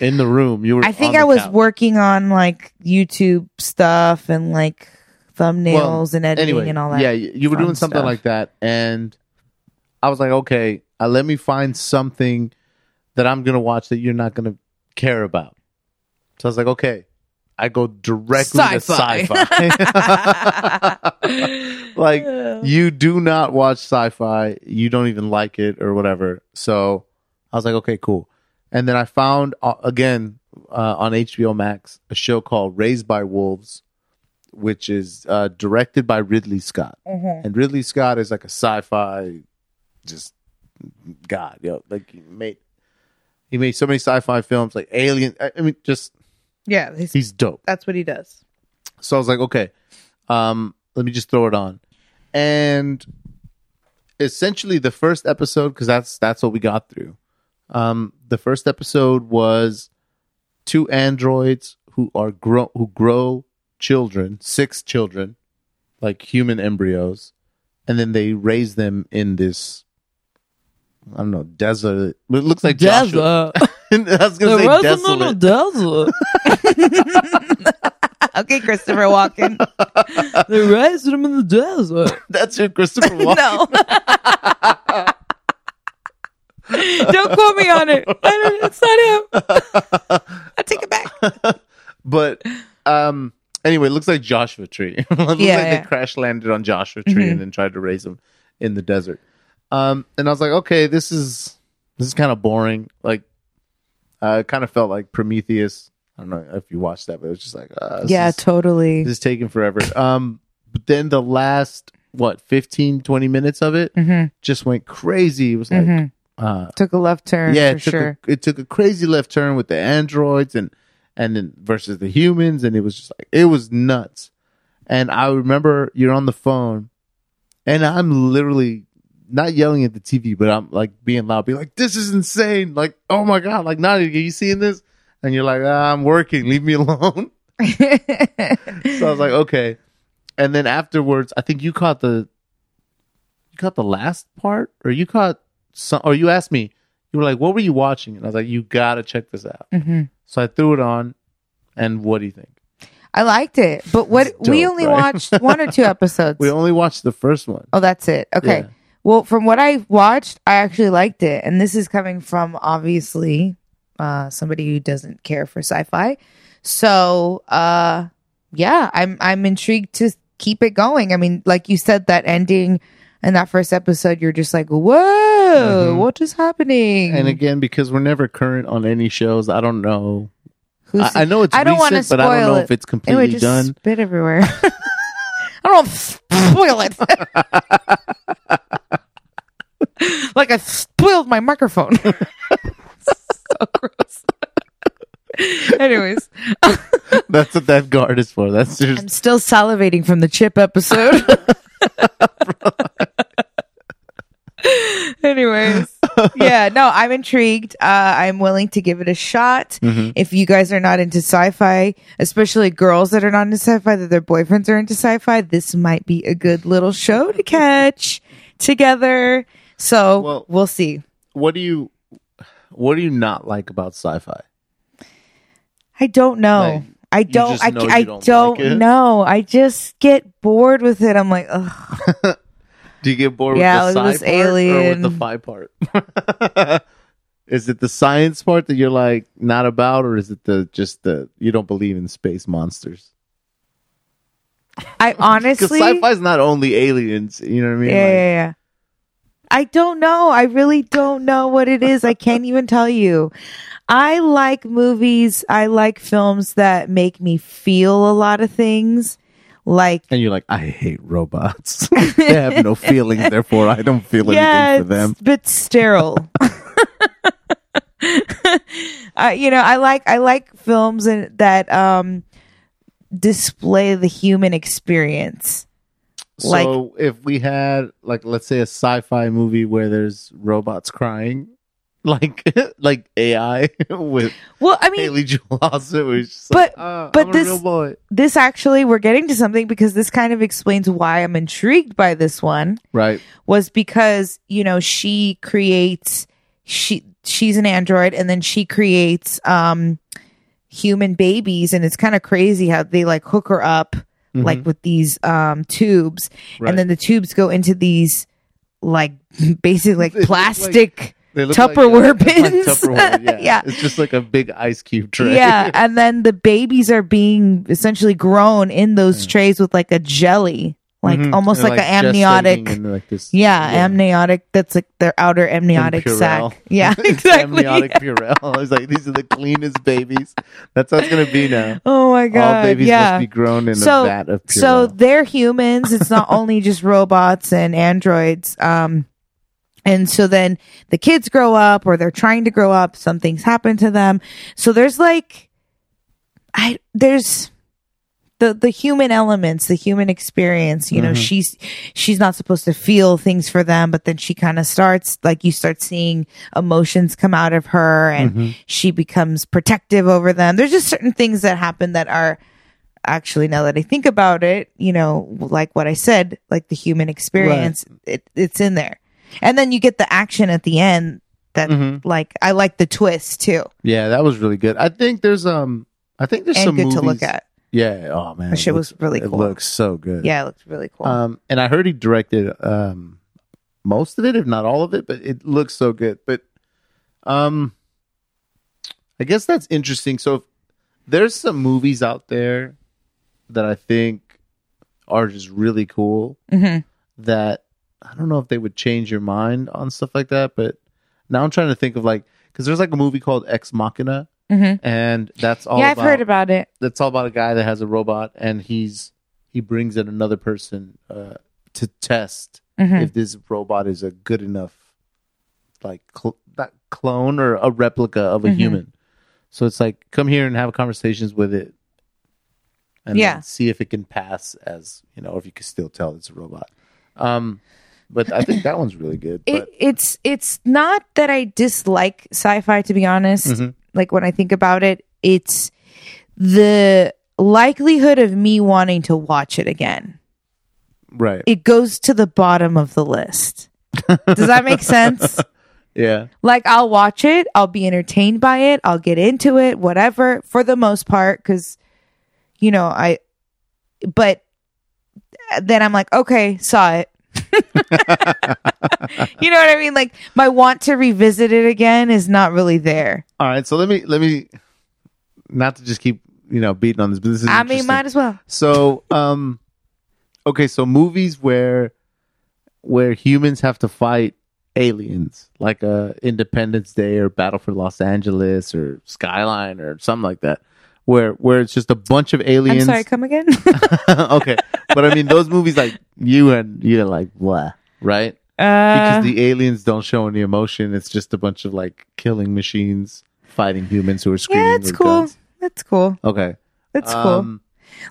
[SPEAKER 1] in the room. You were.
[SPEAKER 2] I think
[SPEAKER 1] on
[SPEAKER 2] I
[SPEAKER 1] the
[SPEAKER 2] was
[SPEAKER 1] couch.
[SPEAKER 2] working on like YouTube stuff and like thumbnails
[SPEAKER 1] Well,
[SPEAKER 2] and editing
[SPEAKER 1] anyway,
[SPEAKER 2] and all that.
[SPEAKER 1] Yeah, you you were
[SPEAKER 2] fun
[SPEAKER 1] doing something
[SPEAKER 2] stuff.
[SPEAKER 1] like that, and I was like, okay, uh, let me find something that I'm gonna watch that you're not gonna care about. So I was like, okay, I go directly to
[SPEAKER 2] Sci-fi.
[SPEAKER 1] sci-fi. like you do not watch sci-fi, you don't even like it or whatever. So I was like, okay, cool. And then I found uh, again uh, on HBO Max a show called Raised by Wolves, which is uh, directed by Ridley Scott. And Ridley Scott is like a sci-fi, just god, yo, like he made he made so many sci-fi films like Alien. I, I mean, just
[SPEAKER 2] Yeah, he's-
[SPEAKER 1] he's dope.
[SPEAKER 2] that's what he does.
[SPEAKER 1] So I was like, okay, um, let me just throw it on. And essentially the first episode, because that's that's what we got through. Um, the first episode was two androids who are grow who grow children, six children, like human embryos, and then they raise them in this I don't know, desert. It looks like Joshua. I was gonna say desolate.
[SPEAKER 3] Dazzle.
[SPEAKER 2] Okay, Christopher Walken.
[SPEAKER 3] They raised him in the desert.
[SPEAKER 1] That's your Christopher Walken.
[SPEAKER 2] no.
[SPEAKER 3] Don't quote me on it. I don't, it's not him.
[SPEAKER 2] I take it back.
[SPEAKER 1] but um anyway it looks like joshua tree it looks
[SPEAKER 2] Yeah,
[SPEAKER 1] like
[SPEAKER 2] yeah. Mm-hmm.
[SPEAKER 1] they crash landed on joshua tree and then tried to raise him in the desert um and i was like okay this is this is kind of boring like uh, it kind of felt like prometheus i don't know if you watched that but it was just like uh, this
[SPEAKER 2] Yeah,
[SPEAKER 1] is,
[SPEAKER 2] totally.
[SPEAKER 1] this is taking forever um but then the last what 15 20 minutes of it
[SPEAKER 2] Mm-hmm.
[SPEAKER 1] just went crazy it was like uh
[SPEAKER 2] Took a left turn
[SPEAKER 1] yeah,
[SPEAKER 2] for
[SPEAKER 1] it took,
[SPEAKER 2] sure.
[SPEAKER 1] a, it took a crazy left turn with the androids and and then versus the humans, and it was just like it was nuts. And I remember you're on the phone, and I'm literally not yelling at the TV, but I'm like being loud, be like, "This is insane!" Like, "Oh my god!" Like, Nadia, are you seeing this? And you're like, ah, "I'm working, leave me alone." so I was like, "Okay." And then afterwards, I think you caught the you caught the last part, or you caught some, or you asked me, you were like, "What were you watching?" And I was like, "You gotta check this out."
[SPEAKER 2] Mm-hmm.
[SPEAKER 1] So I threw it on, and what do you think?
[SPEAKER 2] I liked it, but what
[SPEAKER 1] It's
[SPEAKER 2] we
[SPEAKER 1] dope,
[SPEAKER 2] only
[SPEAKER 1] right?
[SPEAKER 2] watched one or two episodes.
[SPEAKER 1] We only watched the first one.
[SPEAKER 2] oh, that's it. Okay.
[SPEAKER 1] Yeah.
[SPEAKER 2] Well, from what I watched, I actually liked it, and this is coming from obviously uh, somebody who doesn't care for sci-fi. So, uh, yeah, I'm I'm intrigued to keep it going. I mean, like you said, that ending in that first episode, you're just like, whoa,
[SPEAKER 1] Mhm.
[SPEAKER 2] what is happening?
[SPEAKER 1] And again, because we're never current on any shows, I don't know.
[SPEAKER 2] Who's
[SPEAKER 1] I, I know it's
[SPEAKER 2] I don't wanna
[SPEAKER 1] recent, but I don't
[SPEAKER 2] spoil
[SPEAKER 1] know
[SPEAKER 2] it.
[SPEAKER 1] if it's
[SPEAKER 2] It would
[SPEAKER 1] completely
[SPEAKER 2] just
[SPEAKER 1] done.
[SPEAKER 2] spit everywhere. I don't spoil it. like I spoiled my microphone. so gross. Anyways,
[SPEAKER 1] That's what that guard is for. That's
[SPEAKER 2] I'm
[SPEAKER 1] just
[SPEAKER 2] still salivating from the chip episode. Anyways, yeah, no, I'm intrigued. Uh, I'm willing to give it a shot.
[SPEAKER 1] Mm-hmm.
[SPEAKER 2] If you guys are not into sci-fi, especially girls that are not into sci-fi, that their boyfriends are into sci-fi, this might be a good little show to catch together. So
[SPEAKER 1] Well-
[SPEAKER 2] we'll see.
[SPEAKER 1] what do you what do you not like about sci-fi?
[SPEAKER 2] I don't know.
[SPEAKER 1] Like,
[SPEAKER 2] I don't.
[SPEAKER 1] just
[SPEAKER 2] I,
[SPEAKER 1] know
[SPEAKER 2] I
[SPEAKER 1] you don't
[SPEAKER 2] don't,
[SPEAKER 1] like it.
[SPEAKER 2] know. I just get bored with it. I'm like, ugh.
[SPEAKER 1] Do you get bored
[SPEAKER 2] Yeah,
[SPEAKER 1] with the
[SPEAKER 2] it
[SPEAKER 1] sci
[SPEAKER 2] was
[SPEAKER 1] part or with the
[SPEAKER 2] alien.
[SPEAKER 1] fi part? is it the science part that you're like not about, or is it the just the you don't believe in space monsters?
[SPEAKER 2] I
[SPEAKER 1] Because
[SPEAKER 2] honestly,
[SPEAKER 1] sci-fi is not only aliens. You know what I mean?
[SPEAKER 2] yeah, yeah, yeah. I don't know. I really don't know what it is. I can't even tell you. I like movies. I like films that make me feel a lot of things. Like,
[SPEAKER 1] and you're like, I hate robots. they have no feelings, therefore I don't feel anything
[SPEAKER 2] yeah,
[SPEAKER 1] for them.
[SPEAKER 2] it's a bit sterile. I, you know, I like I like films and that um display the human experience. like-
[SPEAKER 1] so if we had like let's say a sci-fi movie where there's robots crying, like like AI with
[SPEAKER 2] Well, I mean,
[SPEAKER 1] Haley Joel Osment, was just
[SPEAKER 2] But-
[SPEAKER 1] like, "Ah,
[SPEAKER 2] but
[SPEAKER 1] I'm a
[SPEAKER 2] this-
[SPEAKER 1] real boy.
[SPEAKER 2] this actually we're getting to something because this kind of explains why I'm intrigued by this one
[SPEAKER 1] right.
[SPEAKER 2] was because, you know, she creates she she's an android and then she creates um human babies and it's kind of crazy how they like hook her up like with these um tubes
[SPEAKER 1] Mm-hmm. Right.
[SPEAKER 2] and then the tubes go into these like basically like
[SPEAKER 1] They look like-
[SPEAKER 2] plastic
[SPEAKER 1] They look
[SPEAKER 2] Tupperware
[SPEAKER 1] like, uh, like
[SPEAKER 2] bins.
[SPEAKER 1] Tupperware, yeah.
[SPEAKER 2] Yeah.
[SPEAKER 1] it's just like a big ice cube tray.
[SPEAKER 2] yeah
[SPEAKER 1] Mm.
[SPEAKER 2] and then the babies are being essentially grown in those trays with like a jelly like
[SPEAKER 1] Mhm.
[SPEAKER 2] almost
[SPEAKER 1] They're,
[SPEAKER 2] like, an amniotic.
[SPEAKER 1] gestating and, like, this-
[SPEAKER 2] yeah, amniotic. That's like their outer amniotic
[SPEAKER 1] And Purell.
[SPEAKER 2] sac. Yeah, exactly.
[SPEAKER 1] amniotic Purell. I was like, these are the cleanest babies. That's how it's gonna be now.
[SPEAKER 2] Oh my god.
[SPEAKER 1] All babies
[SPEAKER 2] yeah.
[SPEAKER 1] must be grown in
[SPEAKER 2] so
[SPEAKER 1] a vat of Purell.
[SPEAKER 2] so they're humans. It's not only just robots and androids. Um, and so then the kids grow up, or they're trying to grow up. Some things happen to them. So there's like, I there's the the human elements, the human experience. You know, she's she's not supposed to feel things for them, but then she kind of starts like you start seeing emotions come out of her, and
[SPEAKER 1] Mm-hmm.
[SPEAKER 2] she becomes protective over them. There's just certain things that happen that are actually now that I think about it, you know, like what I said, like the human experience, it, it's in there. And then you get the action at the end that
[SPEAKER 1] Mhm.
[SPEAKER 2] like I like the twist too.
[SPEAKER 1] yeah, that was really good. I think there's um, I think there's some
[SPEAKER 2] and good
[SPEAKER 1] movies.
[SPEAKER 2] to look at.
[SPEAKER 1] Yeah. Oh man,
[SPEAKER 2] That shit
[SPEAKER 1] it looks-
[SPEAKER 2] was really
[SPEAKER 1] It
[SPEAKER 2] cool.
[SPEAKER 1] looks so good.
[SPEAKER 2] Yeah, it looked really cool.
[SPEAKER 1] Um, and I heard he directed um most of it, if not all of it, but it looks so good. But um, I guess that's interesting. So if there's some movies out there that I think are just really cool.
[SPEAKER 2] Mhm.
[SPEAKER 1] that I don't know if they would change your mind on stuff like that, but now I'm trying to think of like because there's like a movie called Ex Machina,
[SPEAKER 2] Mhm.
[SPEAKER 1] and that's all.
[SPEAKER 2] Yeah, I've
[SPEAKER 1] about,
[SPEAKER 2] heard about it.
[SPEAKER 1] That's all about a guy that has a robot and he's he brings in another person uh, to test
[SPEAKER 2] Mhm.
[SPEAKER 1] if this robot is a good enough like cl- not clone or a replica of a
[SPEAKER 2] Mhm.
[SPEAKER 1] human. So it's like come here and have conversations with it. And
[SPEAKER 2] Yeah.
[SPEAKER 1] then see if it can pass as you know, if you can still tell it's a robot. Um but I think that one's really good.
[SPEAKER 2] it,
[SPEAKER 1] But
[SPEAKER 2] it's it's not that I dislike sci-fi to be honest.
[SPEAKER 1] Mhm.
[SPEAKER 2] Like when I think about it, it's the likelihood of me wanting to watch it again.
[SPEAKER 1] right.
[SPEAKER 2] It goes to the bottom of the list. Does that make sense?
[SPEAKER 1] yeah.
[SPEAKER 2] Like I'll watch it, I'll be entertained by it, I'll get into it, whatever, for the most part cuz you know, I but then I'm like, okay, saw it. you know what I mean? Like my want to revisit it again is not really there.
[SPEAKER 1] All right. So let me let me not to just keep, you know, beating on this, but this is
[SPEAKER 2] I mean,
[SPEAKER 1] interesting.
[SPEAKER 2] might as well.
[SPEAKER 1] So, um, okay, so movies where where humans have to fight aliens, like uh, Independence Day or Battle for Los Angeles or Skyline or something like that, where where it's just a bunch of aliens.
[SPEAKER 2] I'm sorry, come again? Uh,
[SPEAKER 1] okay, but I mean those movies, like you and you're like what, right?
[SPEAKER 2] uh,
[SPEAKER 1] Because the aliens don't show any emotion. It's just a bunch of like killing machines fighting humans who are screaming.
[SPEAKER 2] yeah, it's
[SPEAKER 1] with
[SPEAKER 2] cool.
[SPEAKER 1] guns.
[SPEAKER 2] That's cool.
[SPEAKER 1] Okay,
[SPEAKER 2] That's cool.
[SPEAKER 1] Um,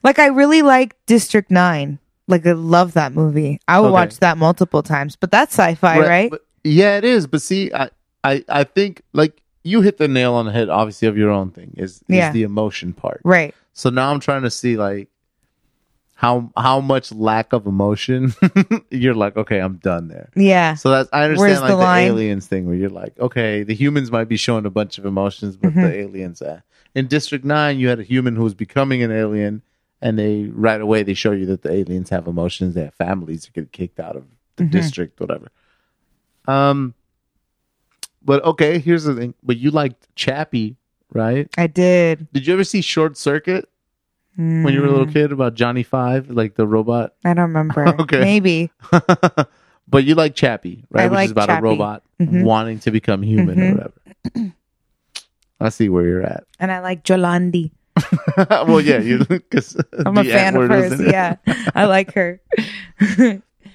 [SPEAKER 2] Like I really like District Nine. Like I love that movie. I would
[SPEAKER 1] Okay.
[SPEAKER 2] watch that multiple times. But that's sci-fi, right?
[SPEAKER 1] but- yeah, it is. But see, I, I, I think like you hit the nail on the head. Obviously, of your own thing is is
[SPEAKER 2] Yeah.
[SPEAKER 1] the emotion part.
[SPEAKER 2] right.
[SPEAKER 1] So now I'm trying to see like how how much lack of emotion you're like. Okay, I'm done there.
[SPEAKER 2] Yeah.
[SPEAKER 1] So that's I understand
[SPEAKER 2] Where's
[SPEAKER 1] like
[SPEAKER 2] the
[SPEAKER 1] the,
[SPEAKER 2] line?
[SPEAKER 1] aliens thing where you're like, okay, the humans might be showing a bunch of emotions, but
[SPEAKER 2] Mm-hmm.
[SPEAKER 1] the aliens. Uh, in District Nine, you had a human who was becoming an alien, and they right away they show you that the aliens have emotions. They have families. They get kicked out of the
[SPEAKER 2] Mm-hmm.
[SPEAKER 1] district, whatever. Um, but okay, here's the thing. But you liked Chappie, right?
[SPEAKER 2] I did.
[SPEAKER 1] Did you ever see Short Circuit when you were a
[SPEAKER 2] Mm.
[SPEAKER 1] little kid about Johnny Five, like the robot?
[SPEAKER 2] I don't remember.
[SPEAKER 1] Okay.
[SPEAKER 2] Maybe.
[SPEAKER 1] but you like Chappie, right?
[SPEAKER 2] I
[SPEAKER 1] Which
[SPEAKER 2] like
[SPEAKER 1] is about
[SPEAKER 2] Chappie.
[SPEAKER 1] a robot
[SPEAKER 2] Mhm.
[SPEAKER 1] wanting to become human
[SPEAKER 2] Mhm.
[SPEAKER 1] or whatever. I see where you're at.
[SPEAKER 2] And I like Jolandi.
[SPEAKER 1] well, yeah, you because
[SPEAKER 2] I'm a fan of hers. Yeah. I like her.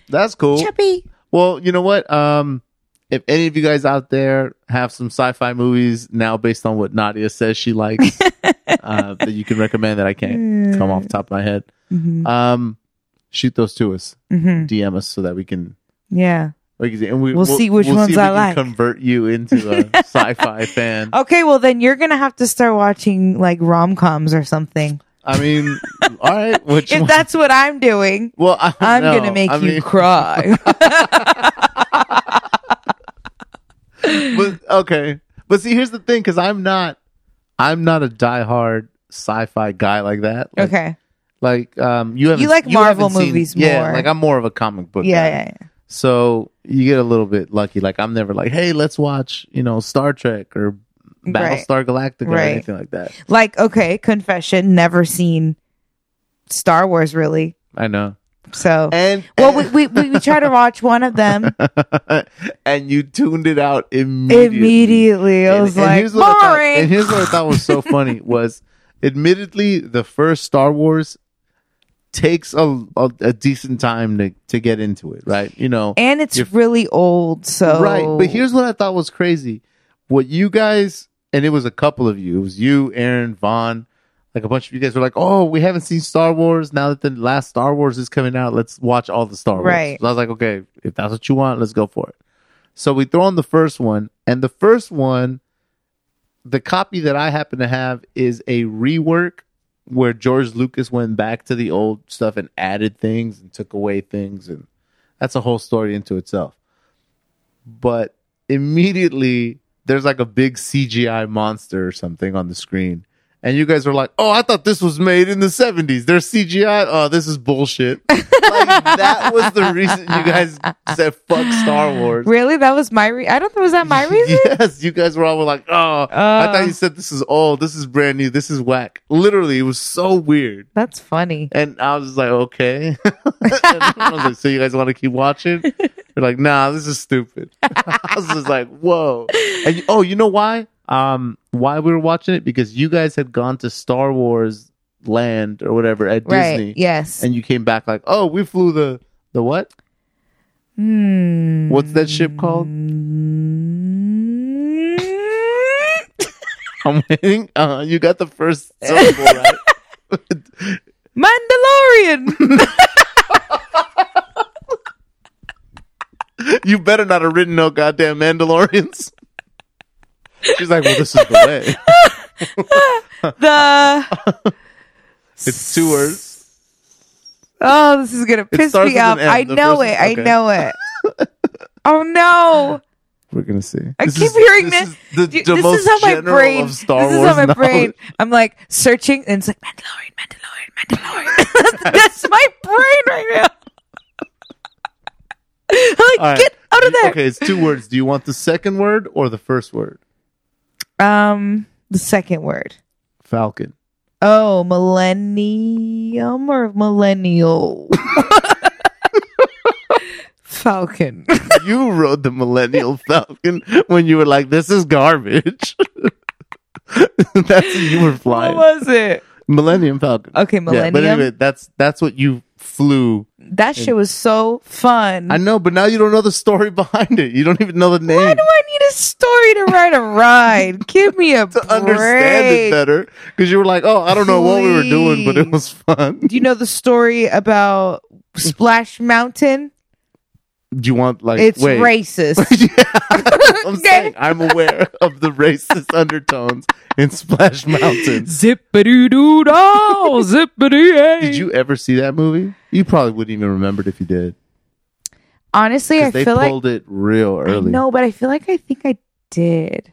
[SPEAKER 1] that's cool.
[SPEAKER 2] Chappy.
[SPEAKER 1] Well, you know what? Um, if any of you guys out there have some sci-fi movies now based on what Nadia says she likes uh, that you can recommend that I can't
[SPEAKER 2] Mm.
[SPEAKER 1] come off the top of my head,
[SPEAKER 2] Mhm.
[SPEAKER 1] um, shoot those to us,
[SPEAKER 2] Mhm.
[SPEAKER 1] DM us so that we can
[SPEAKER 2] Yeah.
[SPEAKER 1] we can see, and we,
[SPEAKER 2] We'll see which
[SPEAKER 1] if
[SPEAKER 2] ones
[SPEAKER 1] we
[SPEAKER 2] I
[SPEAKER 1] can
[SPEAKER 2] like.
[SPEAKER 1] Convert you into a sci-fi fan.
[SPEAKER 2] Okay, well then you're gonna have to start watching like rom coms or something.
[SPEAKER 1] I mean, all right. Which
[SPEAKER 2] If
[SPEAKER 1] one-
[SPEAKER 2] that's what I'm doing,
[SPEAKER 1] well, I don't
[SPEAKER 2] I'm
[SPEAKER 1] know.
[SPEAKER 2] gonna make
[SPEAKER 1] I
[SPEAKER 2] you
[SPEAKER 1] mean,
[SPEAKER 2] cry.
[SPEAKER 1] but, okay, but see, here's the thing: because I'm not, I'm not a diehard sci-fi guy like that. Like,
[SPEAKER 2] okay.
[SPEAKER 1] like um, you have
[SPEAKER 2] like Marvel movies
[SPEAKER 1] yeah,
[SPEAKER 2] more.
[SPEAKER 1] Like I'm more of a comic book.
[SPEAKER 2] Yeah,
[SPEAKER 1] guy.
[SPEAKER 2] yeah, yeah.
[SPEAKER 1] So you get a little bit lucky. Like I'm never like, hey, let's watch, you know, Star Trek or
[SPEAKER 2] Right.
[SPEAKER 1] Battlestar Galactica or
[SPEAKER 2] Right.
[SPEAKER 1] anything like that.
[SPEAKER 2] Like, okay, confession, never seen Star Wars really.
[SPEAKER 1] I know.
[SPEAKER 2] So,
[SPEAKER 1] And
[SPEAKER 2] well, we, we, we, we try to watch one of them
[SPEAKER 1] and you tuned it out immediately.
[SPEAKER 2] immediately. I was like,
[SPEAKER 1] what I thought, and
[SPEAKER 2] boring.
[SPEAKER 1] here's what I thought was so funny was, admittedly, the first Star Wars takes a, a, a decent time to, to get into it, right? You know,
[SPEAKER 2] And it's
[SPEAKER 1] You're-
[SPEAKER 2] really old. So,
[SPEAKER 1] Right. But here's what I thought was crazy. What you guys, and it was a couple of you, it was you, Aaron, Vaughn, like a bunch of you guys were like, oh, we haven't seen Star Wars. Now that the last Star Wars is coming out, let's watch all the Star Wars.
[SPEAKER 2] Right.
[SPEAKER 1] So I was like, okay, if that's what you want, let's go for it. So we throw on the first one, and the first one, the copy that I happen to have is a rework where George Lucas went back to the old stuff and added things and took away things, and that's a whole story into itself but immediately there's like a big CGI monster or something on the screen. And you guys are like, oh, I thought this was made in the 70s. There's CGI. Oh, this is bullshit. like, that was the reason you guys said fuck Star Wars.
[SPEAKER 2] really? That was my, re- I don't know, was that my reason? Uh,
[SPEAKER 1] Yes, you guys were all like, oh, I thought you said this is old. This is brand new. This is whack. Literally, it was so weird.
[SPEAKER 2] That's funny.
[SPEAKER 1] And I was like, okay. And I was like, so you guys want to keep watching? They're like, nah, this is stupid. I was just like, whoa. And you- oh, you know why? Um, why we were watching it because you guys had gone to Star Wars Land or whatever at
[SPEAKER 2] Right.
[SPEAKER 1] Disney,
[SPEAKER 2] Yes.
[SPEAKER 1] and you came back like, oh, we flew the the what?
[SPEAKER 2] Hmm.
[SPEAKER 1] What's that ship called? I'm waiting. Uh, you got the first syllable right.
[SPEAKER 2] Mandalorian.
[SPEAKER 1] You better not have written no goddamn Mandalorians. She's like, well, this is the way.
[SPEAKER 2] the
[SPEAKER 1] It's two words.
[SPEAKER 2] oh, this is gonna piss
[SPEAKER 1] starts
[SPEAKER 2] me
[SPEAKER 1] with
[SPEAKER 2] off.
[SPEAKER 1] an M,
[SPEAKER 2] I
[SPEAKER 1] the
[SPEAKER 2] know
[SPEAKER 1] first-
[SPEAKER 2] it. I
[SPEAKER 1] okay.
[SPEAKER 2] know it. oh no!
[SPEAKER 1] We're gonna see.
[SPEAKER 2] I keep hearing this.
[SPEAKER 1] is
[SPEAKER 2] Dude,
[SPEAKER 1] the
[SPEAKER 2] This
[SPEAKER 1] most
[SPEAKER 2] is how my
[SPEAKER 1] general
[SPEAKER 2] brain.
[SPEAKER 1] of Star
[SPEAKER 2] this is
[SPEAKER 1] Wars
[SPEAKER 2] how my brain.
[SPEAKER 1] knowledge.
[SPEAKER 2] I'm like searching, and it's like Mandalorian, Mandalorian, Mandalorian. That's my brain right now. I'm like,
[SPEAKER 1] All right.
[SPEAKER 2] get out of
[SPEAKER 1] You-
[SPEAKER 2] there.
[SPEAKER 1] Okay, it's two words. Do you want the second word or the first word?
[SPEAKER 2] Um, the second word.
[SPEAKER 1] Falcon.
[SPEAKER 2] Oh, millennium or millennial? Falcon.
[SPEAKER 1] you wrote the Millennial Falcon when you were like, "This is garbage." that's what you were
[SPEAKER 2] What
[SPEAKER 1] flying.
[SPEAKER 2] was it?
[SPEAKER 1] Millennium Falcon.
[SPEAKER 2] Okay,
[SPEAKER 1] Yeah,
[SPEAKER 2] millennium.
[SPEAKER 1] but anyway, that's that's what you flew.
[SPEAKER 2] that shit was so fun.
[SPEAKER 1] I know, but now you don't know the story behind it. You don't even know the name.
[SPEAKER 2] Why do I need a story to write a ride? Give me a
[SPEAKER 1] to understand it
[SPEAKER 2] break.
[SPEAKER 1] better because you were like, "Oh, I don't know what we were doing, but it
[SPEAKER 2] Please.
[SPEAKER 1] was fun."
[SPEAKER 2] Do you know the story about Splash Mountain?
[SPEAKER 1] Do you want like
[SPEAKER 2] It's
[SPEAKER 1] wait,
[SPEAKER 2] racist.
[SPEAKER 1] yeah, I'm
[SPEAKER 2] Okay.
[SPEAKER 1] saying I'm aware of the racist undertones in Splash Mountain.
[SPEAKER 3] Zippity doo dah, zippity hey.
[SPEAKER 1] Did you ever see that movie? You probably wouldn't even remember it if you did.
[SPEAKER 2] Honestly,
[SPEAKER 1] 'Cause
[SPEAKER 2] I
[SPEAKER 1] they
[SPEAKER 2] feel like
[SPEAKER 1] pulled it real early.
[SPEAKER 2] no, but I feel like I think I did.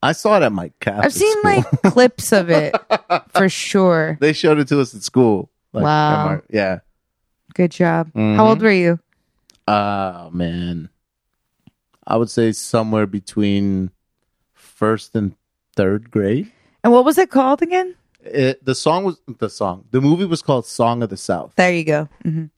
[SPEAKER 1] I saw it at my Catholic
[SPEAKER 2] I've seen
[SPEAKER 1] school.
[SPEAKER 2] like clips of it for sure.
[SPEAKER 1] they showed it to us at school. Like, at
[SPEAKER 2] Wow.
[SPEAKER 1] my- yeah.
[SPEAKER 2] Good job.
[SPEAKER 1] Mhm.
[SPEAKER 2] How old were you?
[SPEAKER 1] Oh man. I would say somewhere between first and third grade.
[SPEAKER 2] And what was it called again?
[SPEAKER 1] It, the song was the song. The movie was called "Song of the South."
[SPEAKER 2] There you go. Mhm.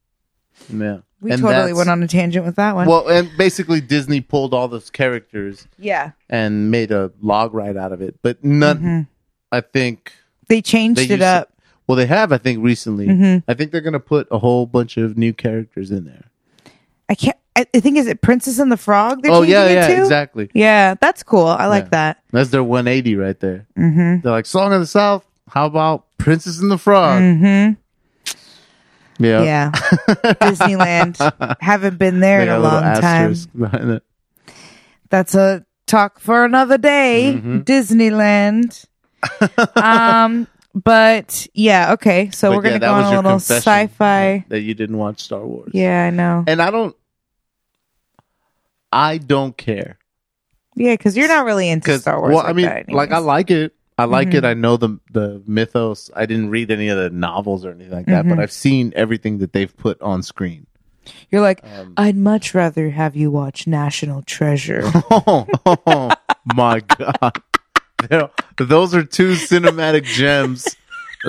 [SPEAKER 1] Yeah,
[SPEAKER 2] We
[SPEAKER 1] And
[SPEAKER 2] totally
[SPEAKER 1] that's-
[SPEAKER 2] went on a tangent with that one.
[SPEAKER 1] Well, and basically Disney pulled all those characters
[SPEAKER 2] yeah.
[SPEAKER 1] and made a log ride out of it. But none,
[SPEAKER 2] Mhm.
[SPEAKER 1] I think.
[SPEAKER 2] They changed
[SPEAKER 1] They
[SPEAKER 2] it
[SPEAKER 1] used to-
[SPEAKER 2] up.
[SPEAKER 1] Well, they have, I think, recently.
[SPEAKER 2] Mhm.
[SPEAKER 1] I think they're going to put a whole bunch of new characters in there.
[SPEAKER 2] I can't. I I think is it Princess and the Frog? They're
[SPEAKER 1] oh
[SPEAKER 2] changing
[SPEAKER 1] yeah,
[SPEAKER 2] it
[SPEAKER 1] yeah,
[SPEAKER 2] to?
[SPEAKER 1] exactly.
[SPEAKER 2] Yeah, that's cool. I like
[SPEAKER 1] Yeah.
[SPEAKER 2] that.
[SPEAKER 1] That's their 180 right there.
[SPEAKER 2] Mm-hmm.
[SPEAKER 1] They're like Song of the South. How about Princess and the Frog?
[SPEAKER 2] Mm-hmm.
[SPEAKER 1] Yeah,
[SPEAKER 2] Yeah, Disneyland. Haven't been there
[SPEAKER 1] They
[SPEAKER 2] in
[SPEAKER 1] got
[SPEAKER 2] a
[SPEAKER 1] little
[SPEAKER 2] long time.
[SPEAKER 1] asterisk behind it.
[SPEAKER 2] That's a talk for another day.
[SPEAKER 1] Mhm.
[SPEAKER 2] Disneyland. um, but yeah, okay. So
[SPEAKER 1] But
[SPEAKER 2] we're gonna
[SPEAKER 1] yeah, that
[SPEAKER 2] go
[SPEAKER 1] was
[SPEAKER 2] on a
[SPEAKER 1] your
[SPEAKER 2] little
[SPEAKER 1] confession
[SPEAKER 2] sci-fi.
[SPEAKER 1] that you didn't watch Star Wars.
[SPEAKER 2] Yeah, I know.
[SPEAKER 1] and I don't. I don't care
[SPEAKER 2] Yeah, because you're not really into
[SPEAKER 1] because
[SPEAKER 2] Star Wars.
[SPEAKER 1] well,
[SPEAKER 2] like
[SPEAKER 1] I mean,
[SPEAKER 2] that
[SPEAKER 1] like I
[SPEAKER 2] anyways. Mm-hmm.
[SPEAKER 1] like it. I like it. I know the the mythos. I didn't read any of the novels or anything like that,
[SPEAKER 2] Mm-hmm.
[SPEAKER 1] but I've seen everything that they've put on screen.
[SPEAKER 2] you're like,
[SPEAKER 1] Um,
[SPEAKER 2] I'd much rather have you watch National Treasure.
[SPEAKER 1] oh, oh, my god They're- those are two cinematic gems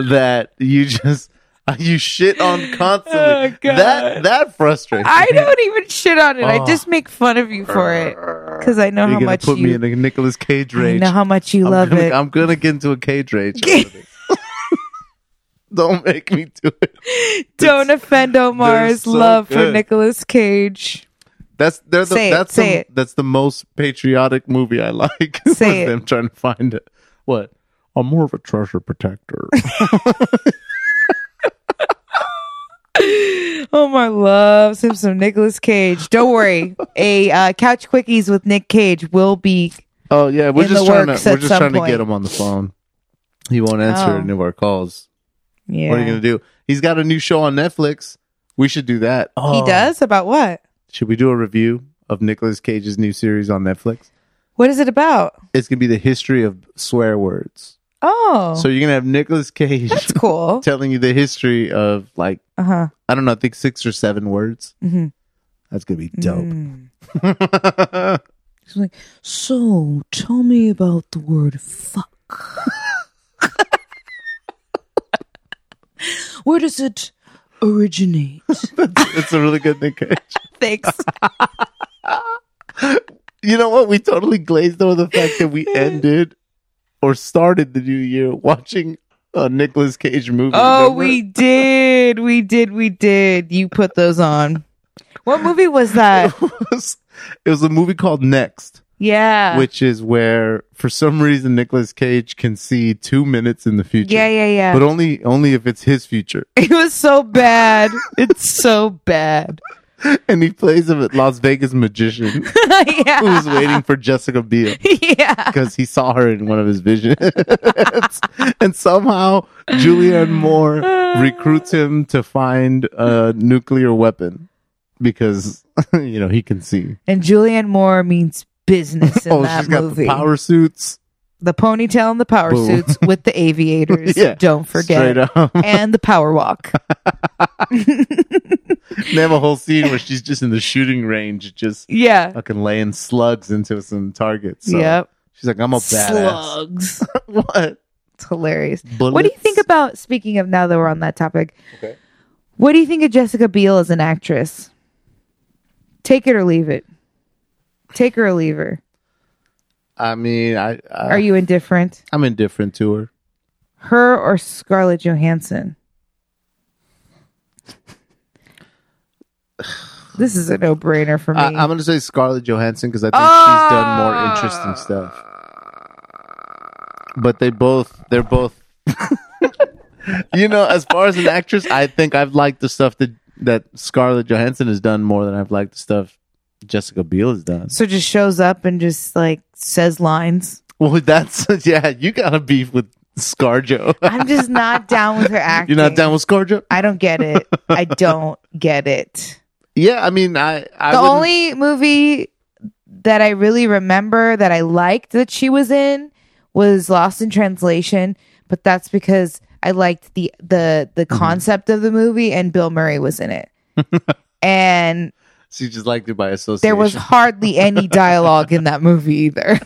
[SPEAKER 1] that you just You shit on constantly.
[SPEAKER 3] Oh, God.
[SPEAKER 1] that that frustrates.
[SPEAKER 2] I don't even shit on it. I
[SPEAKER 1] Oh.
[SPEAKER 2] just make fun of you for it because I know
[SPEAKER 1] You're
[SPEAKER 2] how
[SPEAKER 1] gonna
[SPEAKER 2] much
[SPEAKER 1] put me
[SPEAKER 2] you
[SPEAKER 1] in a Nicolas Cage
[SPEAKER 2] I
[SPEAKER 1] rage.
[SPEAKER 2] know how much you
[SPEAKER 1] I'm
[SPEAKER 2] love
[SPEAKER 1] gonna,
[SPEAKER 2] it.
[SPEAKER 1] I'm gonna get into a cage rage. over this. don't make me do it.
[SPEAKER 2] don't offend Omar's
[SPEAKER 1] so
[SPEAKER 2] love for
[SPEAKER 1] good.
[SPEAKER 2] Nicolas Cage.
[SPEAKER 1] That's they're the,
[SPEAKER 2] Say it,
[SPEAKER 1] that's
[SPEAKER 2] say
[SPEAKER 1] the,
[SPEAKER 2] it.
[SPEAKER 1] that's the most patriotic movie I like. was
[SPEAKER 2] Say it.
[SPEAKER 1] them trying to find it. What? I'm more of a treasure protector.
[SPEAKER 2] Omar loves him some Nicolas Cage. Don't worry, a uh, couch quickies with Nick Cage will be.
[SPEAKER 1] oh yeah, we're
[SPEAKER 2] In
[SPEAKER 1] just
[SPEAKER 2] the
[SPEAKER 1] trying to
[SPEAKER 2] works
[SPEAKER 1] we're
[SPEAKER 2] at
[SPEAKER 1] just
[SPEAKER 2] some
[SPEAKER 1] trying to
[SPEAKER 2] point.
[SPEAKER 1] get him on the phone. He won't answer
[SPEAKER 2] Oh.
[SPEAKER 1] any of our calls.
[SPEAKER 2] Yeah,
[SPEAKER 1] What are you gonna do? He's got a new show on Netflix. We should do that. Oh.
[SPEAKER 2] he does about what?
[SPEAKER 1] Should we do a review of Nicolas Cage's new series on Netflix?
[SPEAKER 2] What is it about?
[SPEAKER 1] It's gonna be the history of swear words.
[SPEAKER 2] Oh,
[SPEAKER 1] So you're gonna have Nicolas Cage
[SPEAKER 2] that's cool.
[SPEAKER 1] telling you the history of like
[SPEAKER 2] Uh huh.
[SPEAKER 1] I don't know, I think six or seven words.
[SPEAKER 2] Mhm.
[SPEAKER 1] That's gonna be dope.
[SPEAKER 2] Mm. So tell me about the word fuck. Where does it originate?
[SPEAKER 1] That's a really good Nick Cage.
[SPEAKER 2] Thanks.
[SPEAKER 1] You know what? We totally glazed over the fact that we ended or started the new year watching a Nicolas Cage movie.
[SPEAKER 2] Oh,
[SPEAKER 1] remember?
[SPEAKER 2] we did. We did. We did. You put those on. What movie was that?
[SPEAKER 1] it was, it was a movie called Next,
[SPEAKER 2] Yeah.
[SPEAKER 1] which is where for some reason Nicolas Cage can see two minutes in the future.
[SPEAKER 2] yeah, yeah, yeah.
[SPEAKER 1] But only only if it's his future.
[SPEAKER 2] it was so bad. It's so bad.
[SPEAKER 1] And he plays a Las Vegas magician
[SPEAKER 2] yeah.
[SPEAKER 1] who's waiting for Jessica Biel.
[SPEAKER 2] yeah.
[SPEAKER 1] because he saw her in one of his visions. and somehow Julianne Moore recruits him to find a nuclear weapon because, you know, he can see.
[SPEAKER 2] And Julianne Moore means business in
[SPEAKER 1] oh,
[SPEAKER 2] that
[SPEAKER 1] she's got
[SPEAKER 2] movie.
[SPEAKER 1] the power suits.
[SPEAKER 2] The ponytail and the power
[SPEAKER 1] Boom.
[SPEAKER 2] suits with the aviators.
[SPEAKER 1] Yeah.
[SPEAKER 2] Don't
[SPEAKER 1] Straight
[SPEAKER 2] forget.
[SPEAKER 1] up.
[SPEAKER 2] And the power walk.
[SPEAKER 1] they have a whole scene where she's just in the shooting range, just
[SPEAKER 2] Yeah.
[SPEAKER 1] fucking laying slugs into some targets. So
[SPEAKER 2] yep.
[SPEAKER 1] She's like, I'm a badass.
[SPEAKER 2] Slugs.
[SPEAKER 1] what?
[SPEAKER 2] It's hilarious. What do you
[SPEAKER 1] Bullets?
[SPEAKER 2] think about speaking of now that we're on that topic?
[SPEAKER 1] Okay.
[SPEAKER 2] What do you think of Jessica Biel as an actress? Take it or leave it. Take her or leave her.
[SPEAKER 1] I mean, I, I
[SPEAKER 2] Are you indifferent?
[SPEAKER 1] I'm indifferent to her.
[SPEAKER 2] Her or Scarlett Johansson? This is a no-brainer for me.
[SPEAKER 1] I, I'm going to say Scarlett Johansson because I think she's done more interesting stuff.
[SPEAKER 2] Ah.
[SPEAKER 1] But they both, they're both. you know, as far as an actress, I think I've liked the stuff that that Scarlett Johansson has done more than I've liked the stuff Jessica Biel has done.
[SPEAKER 2] so just shows up and just like says lines.
[SPEAKER 1] Well, that's yeah. You got to beef with ScarJo.
[SPEAKER 2] I'm just not down with her acting.
[SPEAKER 1] You're not down with ScarJo?
[SPEAKER 2] I don't get it. I don't get it.
[SPEAKER 1] Yeah, I mean, I. I
[SPEAKER 2] the
[SPEAKER 1] wouldn't-
[SPEAKER 2] only movie that I really remember that I liked that she was in was Lost in Translation, but that's because I liked the the
[SPEAKER 1] Mm-hmm.
[SPEAKER 2] the concept of the movie and Bill Murray was in it. and
[SPEAKER 1] she just liked it by association.
[SPEAKER 2] there was hardly any dialogue in that movie either.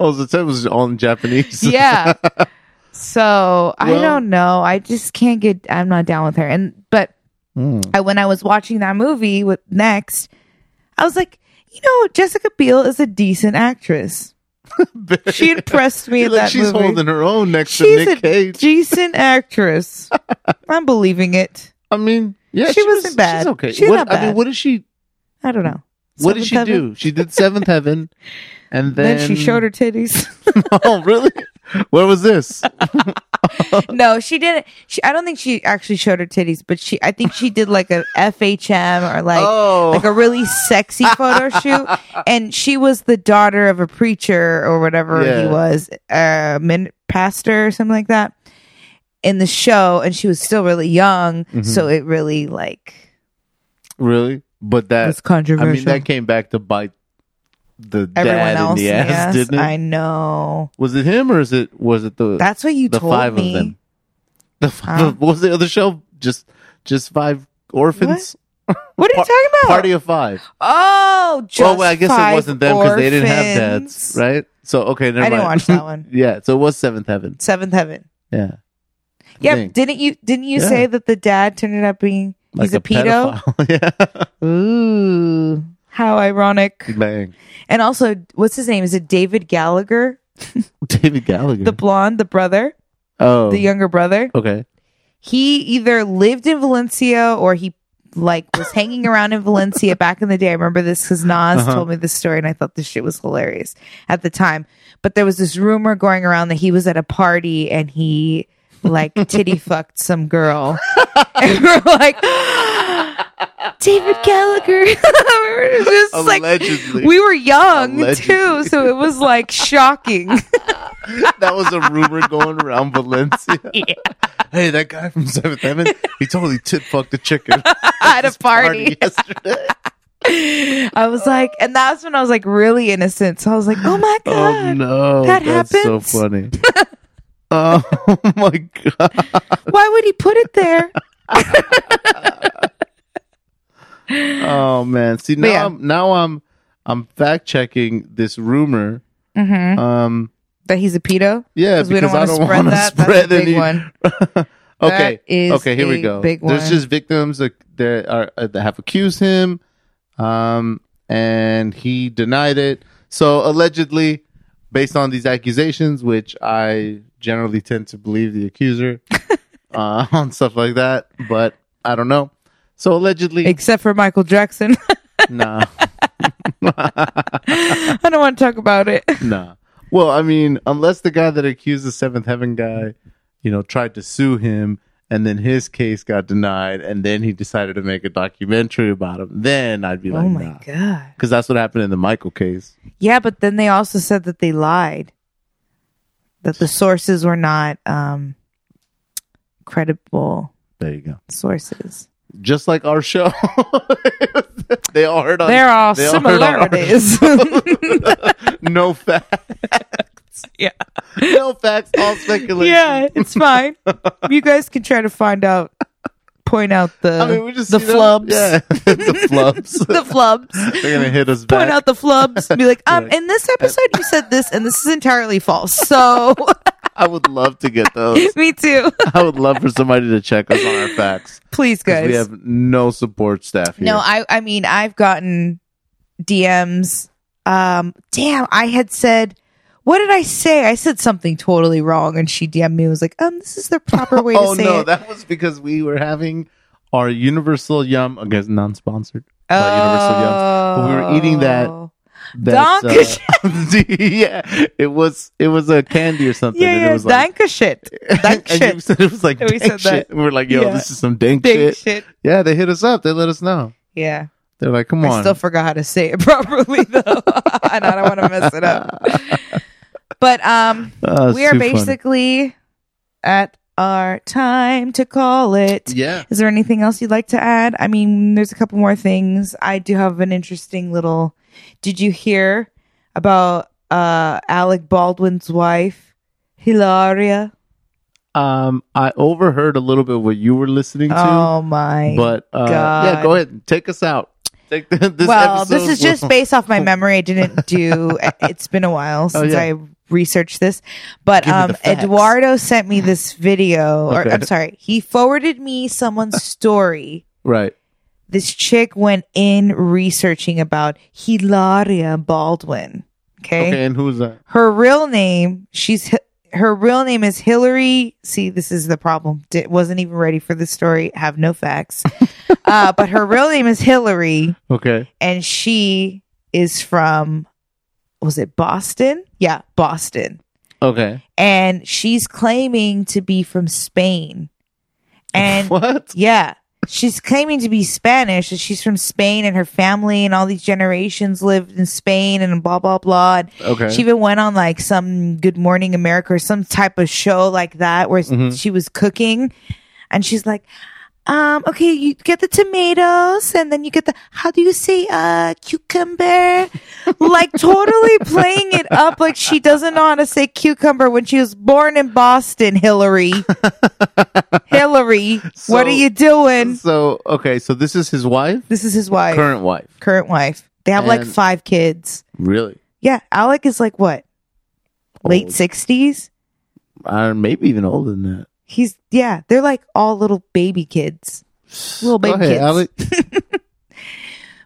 [SPEAKER 1] oh, so it was all in Japanese.
[SPEAKER 2] yeah. So I
[SPEAKER 1] Well-
[SPEAKER 2] don't know. I just can't get I'm not down with her. And but
[SPEAKER 1] Hmm.
[SPEAKER 2] I, when I was watching that movie with Next, I was like, you know, Jessica Biel is a decent actress. She impressed me
[SPEAKER 1] You're
[SPEAKER 2] in
[SPEAKER 1] like,
[SPEAKER 2] that
[SPEAKER 1] she's
[SPEAKER 2] movie.
[SPEAKER 1] holding her own next
[SPEAKER 2] She's
[SPEAKER 1] to Nick
[SPEAKER 2] a
[SPEAKER 1] Cage.
[SPEAKER 2] decent actress. I'm believing it.
[SPEAKER 1] I mean, yeah,
[SPEAKER 2] She wasn't bad.
[SPEAKER 1] She's okay.
[SPEAKER 2] She's
[SPEAKER 1] what,
[SPEAKER 2] not
[SPEAKER 1] I mean,
[SPEAKER 2] bad.
[SPEAKER 1] what did she?
[SPEAKER 2] I don't know.
[SPEAKER 1] What did she
[SPEAKER 2] Seventh Heaven?
[SPEAKER 1] do? She did Seventh Heaven, and then,
[SPEAKER 2] Then, she showed her titties.
[SPEAKER 1] oh, really? Where was this?
[SPEAKER 2] no, she didn't. She, I don't think she actually showed her titties, but she. I think she did like a FHM or like
[SPEAKER 1] Oh.
[SPEAKER 2] like a really sexy photo shoot, and she was the daughter of a preacher or whatever he
[SPEAKER 1] Yeah.
[SPEAKER 2] was, a min- pastor or something like that, in the show, and she was still really young,
[SPEAKER 1] Mm-hmm.
[SPEAKER 2] so it really like
[SPEAKER 1] Really? But that
[SPEAKER 2] was controversial.
[SPEAKER 1] Uh, I mean, that came back to bite the
[SPEAKER 2] Everyone
[SPEAKER 1] dad
[SPEAKER 2] else,
[SPEAKER 1] in the ass,
[SPEAKER 2] yes,
[SPEAKER 1] didn't it?
[SPEAKER 2] I know.
[SPEAKER 1] Was it him or is it was it the
[SPEAKER 2] That's what you
[SPEAKER 1] the
[SPEAKER 2] told
[SPEAKER 1] five
[SPEAKER 2] me.
[SPEAKER 1] of them? The five.
[SPEAKER 2] Huh?
[SPEAKER 1] What was the other show? Just just five orphans.
[SPEAKER 2] What are
[SPEAKER 1] Par-
[SPEAKER 2] you talking about?
[SPEAKER 1] Party of five.
[SPEAKER 2] oh, just
[SPEAKER 1] well, I guess it wasn't them because
[SPEAKER 2] because
[SPEAKER 1] they didn't have dads, right? So okay, never
[SPEAKER 2] I didn't
[SPEAKER 1] mind.
[SPEAKER 2] watch that one.
[SPEAKER 1] yeah, so it was Seventh Heaven.
[SPEAKER 2] Seventh Heaven.
[SPEAKER 1] Yeah,
[SPEAKER 2] Yeah,
[SPEAKER 1] thing.
[SPEAKER 2] didn't you didn't you
[SPEAKER 1] Yeah.
[SPEAKER 2] say that the dad turned out being
[SPEAKER 1] Like
[SPEAKER 2] he's a, pedo?
[SPEAKER 1] pedophile.
[SPEAKER 2] Ooh, how ironic!
[SPEAKER 1] yeah. Bang.
[SPEAKER 2] And also, what's his name? Is it David Gallagher,
[SPEAKER 1] David Gallagher.
[SPEAKER 2] the blonde, the brother,
[SPEAKER 1] Mm-hmm. oh.
[SPEAKER 2] the uh, younger brother?
[SPEAKER 1] okay.
[SPEAKER 2] He either lived in Valencia or he like was hanging around in Valencia back in the day. I remember this because Nas
[SPEAKER 1] Uh-huh.
[SPEAKER 2] told me this story, and I thought this shit was hilarious at the time. But there was this rumor going around that he was at a party and he like titty fucked some girl, and we're like. David Gallagher. We we're just
[SPEAKER 1] Allegedly.
[SPEAKER 2] like we were young
[SPEAKER 1] Allegedly.
[SPEAKER 2] too, so it was like shocking.
[SPEAKER 1] That was a rumor going around Valencia. Hey, that guy from Seventh Heaven, he totally tit fucked a chicken
[SPEAKER 2] at a party.
[SPEAKER 1] yesterday.
[SPEAKER 2] I was like, and that's when I was like really innocent. So I was like, oh my god,
[SPEAKER 1] Oh no,
[SPEAKER 2] that
[SPEAKER 1] that's
[SPEAKER 2] happens.
[SPEAKER 1] so funny. oh my god,
[SPEAKER 2] why would he put it there?
[SPEAKER 1] oh man. See now,
[SPEAKER 2] yeah.
[SPEAKER 1] I'm, now I'm I'm fact checking this rumor.
[SPEAKER 2] hmm
[SPEAKER 1] Um,
[SPEAKER 2] That he's a pedo.
[SPEAKER 1] yeah,
[SPEAKER 2] Because we
[SPEAKER 1] because
[SPEAKER 2] don't
[SPEAKER 1] I
[SPEAKER 2] want to
[SPEAKER 1] don't
[SPEAKER 2] spread
[SPEAKER 1] want to
[SPEAKER 2] that.
[SPEAKER 1] spread
[SPEAKER 2] that's a
[SPEAKER 1] any.
[SPEAKER 2] big one.
[SPEAKER 1] okay,
[SPEAKER 2] That is
[SPEAKER 1] okay, here we
[SPEAKER 2] a
[SPEAKER 1] go.
[SPEAKER 2] big
[SPEAKER 1] There's
[SPEAKER 2] one.
[SPEAKER 1] just victims that that are uh, that have accused him, um, and he denied it. So allegedly, based on these accusations, which I generally tend to believe the accuser uh, on stuff like that, but I don't know. So allegedly,
[SPEAKER 2] Except for Michael Jackson.
[SPEAKER 1] nah,
[SPEAKER 2] I don't want to talk about it.
[SPEAKER 1] nah. Well, I mean, unless the guy that accused the Seventh Heaven guy, you know, tried to sue him and then his case got denied and then he decided to make a documentary about him, then I'd be like,
[SPEAKER 2] oh my
[SPEAKER 1] nah.
[SPEAKER 2] god.
[SPEAKER 1] Because that's what happened in the Michael case.
[SPEAKER 2] Yeah, but then they also said that they lied. That the sources were not um credible
[SPEAKER 1] There you go.
[SPEAKER 2] sources.
[SPEAKER 1] Just like our show. they all heard on
[SPEAKER 2] There are
[SPEAKER 1] they all heard on our
[SPEAKER 2] similarities.
[SPEAKER 1] no facts.
[SPEAKER 2] yeah.
[SPEAKER 1] No facts, all speculation.
[SPEAKER 2] Yeah, it's fine. you guys can try to find out, point out the
[SPEAKER 1] I mean, we just
[SPEAKER 2] the
[SPEAKER 1] see them-
[SPEAKER 2] flubs,
[SPEAKER 1] Yeah, the flubs.
[SPEAKER 2] the flubs.
[SPEAKER 1] They're gonna hit us back.
[SPEAKER 2] Point out the flubs. and Be like, um,
[SPEAKER 1] Right.
[SPEAKER 2] in this episode you said this, and this is entirely false. So,
[SPEAKER 1] I would love to get those.
[SPEAKER 2] me too.
[SPEAKER 1] I would love for somebody to check us on our facts.
[SPEAKER 2] Please,
[SPEAKER 1] 'Cause
[SPEAKER 2] guys.
[SPEAKER 1] We have no support staff here.
[SPEAKER 2] no, I. I mean, I've gotten DMs. Um, damn, I had said. What did I say? I said something totally wrong, and she DM'd me. and Was like, um, this is the proper way to
[SPEAKER 1] oh
[SPEAKER 2] say
[SPEAKER 1] no,
[SPEAKER 2] it.
[SPEAKER 1] that was because we were having our Universal Yum against non-sponsored. by Universal Yum.
[SPEAKER 2] oh,
[SPEAKER 1] But we were eating that- That's,
[SPEAKER 2] Dankeschön.
[SPEAKER 1] uh, yeah, it was it was a candy or something.
[SPEAKER 2] Yeah,
[SPEAKER 1] and
[SPEAKER 2] yeah,
[SPEAKER 1] it was like,
[SPEAKER 2] danke shit. Danke
[SPEAKER 1] and you
[SPEAKER 2] shit.
[SPEAKER 1] said it was like
[SPEAKER 2] And we
[SPEAKER 1] dank
[SPEAKER 2] said that.
[SPEAKER 1] shit. And we're like, yo,
[SPEAKER 2] Yeah.
[SPEAKER 1] this is some dank,
[SPEAKER 2] Big
[SPEAKER 1] shit.
[SPEAKER 2] shit.
[SPEAKER 1] Yeah, they hit us up. They let us know.
[SPEAKER 2] Yeah.
[SPEAKER 1] They're like, come
[SPEAKER 2] I
[SPEAKER 1] on.
[SPEAKER 2] still forgot how to say it properly though. and I don't want to mess it up. But um
[SPEAKER 1] Oh, it's
[SPEAKER 2] we are
[SPEAKER 1] too funny.
[SPEAKER 2] basically at our time to call it. Is
[SPEAKER 1] yeah.
[SPEAKER 2] there anything else you'd like to add? I mean, there's a couple more things. I do have an interesting little Did you hear about uh Alec Baldwin's wife, Hilaria?
[SPEAKER 1] Um, I overheard a little bit of what you were listening to.
[SPEAKER 2] Oh my
[SPEAKER 1] But uh, yeah,
[SPEAKER 2] God.
[SPEAKER 1] go ahead, and take us out. Take the, this
[SPEAKER 2] well,
[SPEAKER 1] episode
[SPEAKER 2] this is just
[SPEAKER 1] will-
[SPEAKER 2] based off my memory. I didn't do. it's been a while since
[SPEAKER 1] Oh, yeah.
[SPEAKER 2] I researched this, but
[SPEAKER 1] Give me the
[SPEAKER 2] um,
[SPEAKER 1] facts.
[SPEAKER 2] Eduardo sent me this video, or
[SPEAKER 1] Okay.
[SPEAKER 2] I'm sorry, he forwarded me someone's story.
[SPEAKER 1] right.
[SPEAKER 2] This chick went in researching about Hilaria Baldwin. Okay,
[SPEAKER 1] Okay, and who's that?
[SPEAKER 2] her real name. She's Hi- her real name is Hillary. See, this is the problem. Di- wasn't even ready for this story. Have no facts, uh, but her real name is Hillary
[SPEAKER 1] Okay,
[SPEAKER 2] and she is from was it Boston? Yeah, Boston.
[SPEAKER 1] okay.
[SPEAKER 2] And she's claiming to be from Spain. And
[SPEAKER 1] what?
[SPEAKER 2] yeah, she's claiming to be Spanish and she's from Spain and her family and all these generations lived in Spain and blah blah blah. And
[SPEAKER 1] Okay,
[SPEAKER 2] she even went on like some Good Morning America or some type of show like that where
[SPEAKER 1] Mhm.
[SPEAKER 2] she was cooking and she's like, um, okay, you get the tomatoes and then you get the, how do you say, uh, cucumber? like totally playing it up like she doesn't know how to say cucumber when she was born in Boston, Hillary. Hillary, what
[SPEAKER 1] So-
[SPEAKER 2] are you doing?
[SPEAKER 1] so okay, so this is his wife,
[SPEAKER 2] This is his wife, current,
[SPEAKER 1] current wife.
[SPEAKER 2] wife. They have like
[SPEAKER 1] And-
[SPEAKER 2] five kids.
[SPEAKER 1] Really?
[SPEAKER 2] Yeah, Alec is like what? Late
[SPEAKER 1] Old.
[SPEAKER 2] 60s?
[SPEAKER 1] Uh, maybe even older than that.
[SPEAKER 2] He's yeah, they're like all little baby kids. Little
[SPEAKER 1] Go
[SPEAKER 2] baby
[SPEAKER 1] ahead,
[SPEAKER 2] kids.
[SPEAKER 1] Alec.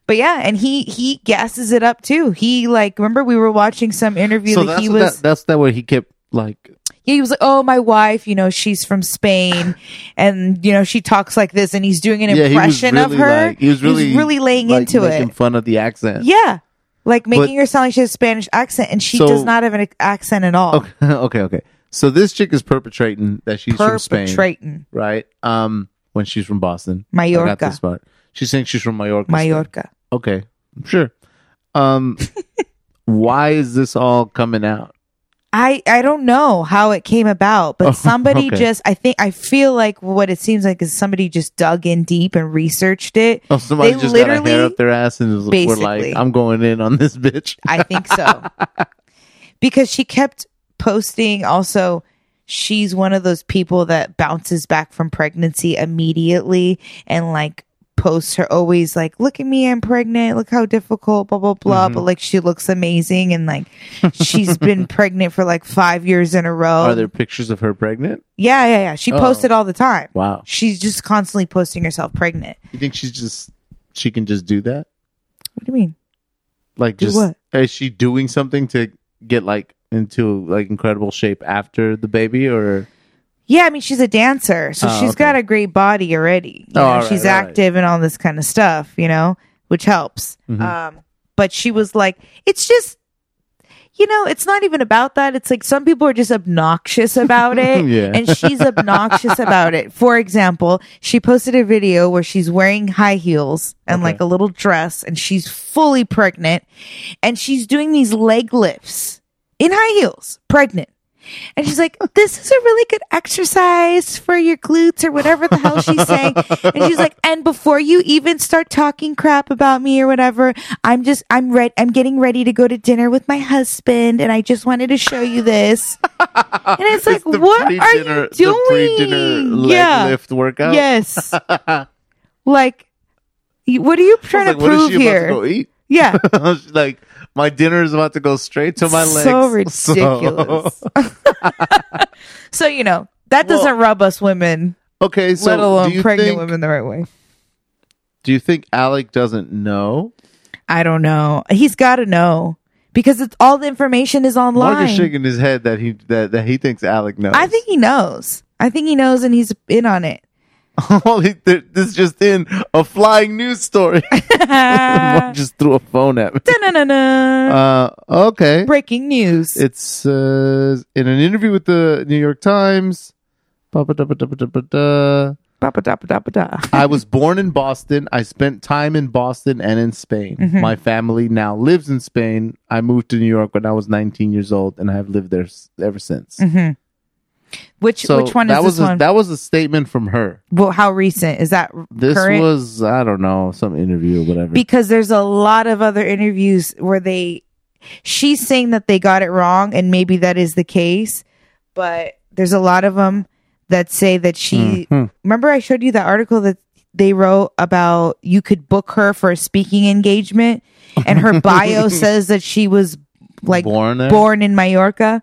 [SPEAKER 2] But yeah, and he he gasses it up too. He like remember we were watching some interview
[SPEAKER 1] So
[SPEAKER 2] that
[SPEAKER 1] that's
[SPEAKER 2] he
[SPEAKER 1] what
[SPEAKER 2] was
[SPEAKER 1] that, that's that where he kept like
[SPEAKER 2] Yeah, he was like, "Oh, my wife, you know, she's from Spain, and you know, she talks like this," and he's doing an
[SPEAKER 1] yeah, he was
[SPEAKER 2] impression
[SPEAKER 1] really
[SPEAKER 2] of her.
[SPEAKER 1] like, he was really
[SPEAKER 2] laying
[SPEAKER 1] like,
[SPEAKER 2] into
[SPEAKER 1] making
[SPEAKER 2] it.
[SPEAKER 1] fun of the accent.
[SPEAKER 2] Yeah, like making
[SPEAKER 1] But-
[SPEAKER 2] her sound like she has a Spanish accent, and she
[SPEAKER 1] So-
[SPEAKER 2] does not have an ac- accent at all.
[SPEAKER 1] Okay, okay, okay. So this chick is perpetrating that she's from Spain,
[SPEAKER 2] Perpetrating
[SPEAKER 1] right? Um, when she's from Boston, I got
[SPEAKER 2] Mallorca,
[SPEAKER 1] this part. She's saying she's from Mallorca.
[SPEAKER 2] Mallorca.
[SPEAKER 1] Okay, sure. Um, why is this all coming out?
[SPEAKER 2] I I don't know how it came
[SPEAKER 1] Oh,
[SPEAKER 2] about, but somebody
[SPEAKER 1] okay.
[SPEAKER 2] just I think I feel like what it seems like is somebody just dug in deep and researched it.
[SPEAKER 1] Oh, somebody
[SPEAKER 2] They
[SPEAKER 1] just got a hair
[SPEAKER 2] literally-
[SPEAKER 1] up their ass and was, we're like,
[SPEAKER 2] basically.
[SPEAKER 1] "I'm going in on this bitch."
[SPEAKER 2] I think so. because she kept posting also she's one of those people that bounces back from pregnancy immediately and like posts her always like look at me I'm pregnant look how difficult blah blah blah
[SPEAKER 1] Mm-hmm.
[SPEAKER 2] but like she looks amazing and like she's been pregnant for like 5 years in a row.
[SPEAKER 1] Are there pictures of her pregnant?
[SPEAKER 2] yeah, yeah, yeah. She
[SPEAKER 1] Oh.
[SPEAKER 2] posted all the time.
[SPEAKER 1] Wow.
[SPEAKER 2] She's just constantly posting herself pregnant.
[SPEAKER 1] You think she's just she can just do that?
[SPEAKER 2] What do you mean?
[SPEAKER 1] Like,
[SPEAKER 2] Do
[SPEAKER 1] just
[SPEAKER 2] what?
[SPEAKER 1] is she doing something to get like into like incredible shape after the baby, or
[SPEAKER 2] Yeah, I mean she's a dancer, so
[SPEAKER 1] Oh,
[SPEAKER 2] she's
[SPEAKER 1] okay.
[SPEAKER 2] got a great body already. You
[SPEAKER 1] Oh,
[SPEAKER 2] know,
[SPEAKER 1] all right,
[SPEAKER 2] she's
[SPEAKER 1] all right.
[SPEAKER 2] active and all this kind of stuff, you know, which helps.
[SPEAKER 1] Mhm.
[SPEAKER 2] Um, but she was like, it's just, you know, it's not even about that. It's like some people are just obnoxious about it,
[SPEAKER 1] Hmm, Yeah.
[SPEAKER 2] and she's obnoxious about it. For example, she posted a video where she's wearing high heels and
[SPEAKER 1] Okay.
[SPEAKER 2] like a little dress, and she's fully pregnant, and she's doing these leg lifts in high heels, pregnant. And she's like, this is a really good exercise for your glutes or whatever the hell she's saying. And she's like, and before you even start talking crap about me or whatever, I'm just, I'm right. I'm getting ready to go to dinner with my husband. And I just wanted to show you this. And it's like,
[SPEAKER 1] the
[SPEAKER 2] what are
[SPEAKER 1] pre-dinner-
[SPEAKER 2] you doing?
[SPEAKER 1] The pre-dinner leg
[SPEAKER 2] yeah.
[SPEAKER 1] lift workout.
[SPEAKER 2] Yes. like, y- what are you
[SPEAKER 1] I was
[SPEAKER 2] trying
[SPEAKER 1] like,
[SPEAKER 2] to
[SPEAKER 1] what is
[SPEAKER 2] prove
[SPEAKER 1] she
[SPEAKER 2] here?
[SPEAKER 1] About to go eat?
[SPEAKER 2] yeah.
[SPEAKER 1] She's like, my dinner is about to go straight to my legs.
[SPEAKER 2] So ridiculous. So, you know, that
[SPEAKER 1] Well-
[SPEAKER 2] doesn't rub us women,
[SPEAKER 1] okay, so
[SPEAKER 2] let
[SPEAKER 1] do
[SPEAKER 2] alone
[SPEAKER 1] you
[SPEAKER 2] pregnant
[SPEAKER 1] think,
[SPEAKER 2] women the right way.
[SPEAKER 1] Do you think Alec doesn't know?
[SPEAKER 2] I don't know. He's got to know because it's all the information is
[SPEAKER 1] Marcus
[SPEAKER 2] online.
[SPEAKER 1] shaking his head that he that, that he thinks Alec knows.
[SPEAKER 2] I think he knows. I think he knows, and he's in on it.
[SPEAKER 1] Well, he- there- this just in a flying news story.
[SPEAKER 2] Uh,
[SPEAKER 1] Mark just threw a phone at me.
[SPEAKER 2] Da-na-na-na.
[SPEAKER 1] Uh, okay.
[SPEAKER 2] Breaking news.
[SPEAKER 1] It's uh, in an interview with the New York Times. Ba-ba-da-ba-da-ba-da-ba-da.
[SPEAKER 2] Ba-ba-da-ba-da-ba-da.
[SPEAKER 1] I was born in Boston. I spent time in Boston and in Spain.
[SPEAKER 2] Mm-hmm.
[SPEAKER 1] My family now lives in Spain. I moved to New York when I was 19 years old, and I have lived there s- ever since.
[SPEAKER 2] Which
[SPEAKER 1] So
[SPEAKER 2] Mm-hmm. which one is
[SPEAKER 1] that
[SPEAKER 2] this
[SPEAKER 1] was a,
[SPEAKER 2] one?
[SPEAKER 1] That was a statement from her.
[SPEAKER 2] well, how recent is that?
[SPEAKER 1] This
[SPEAKER 2] current?
[SPEAKER 1] was I don't know some interview or whatever.
[SPEAKER 2] because there's a lot of other interviews where they she's saying that they got it wrong and maybe that is the case but there's a lot of them that say that she
[SPEAKER 1] Mhm.
[SPEAKER 2] remember i showed you that article that they wrote about you could book her for a speaking engagement and her bio says that she was like
[SPEAKER 1] born there.
[SPEAKER 2] born in Mallorca.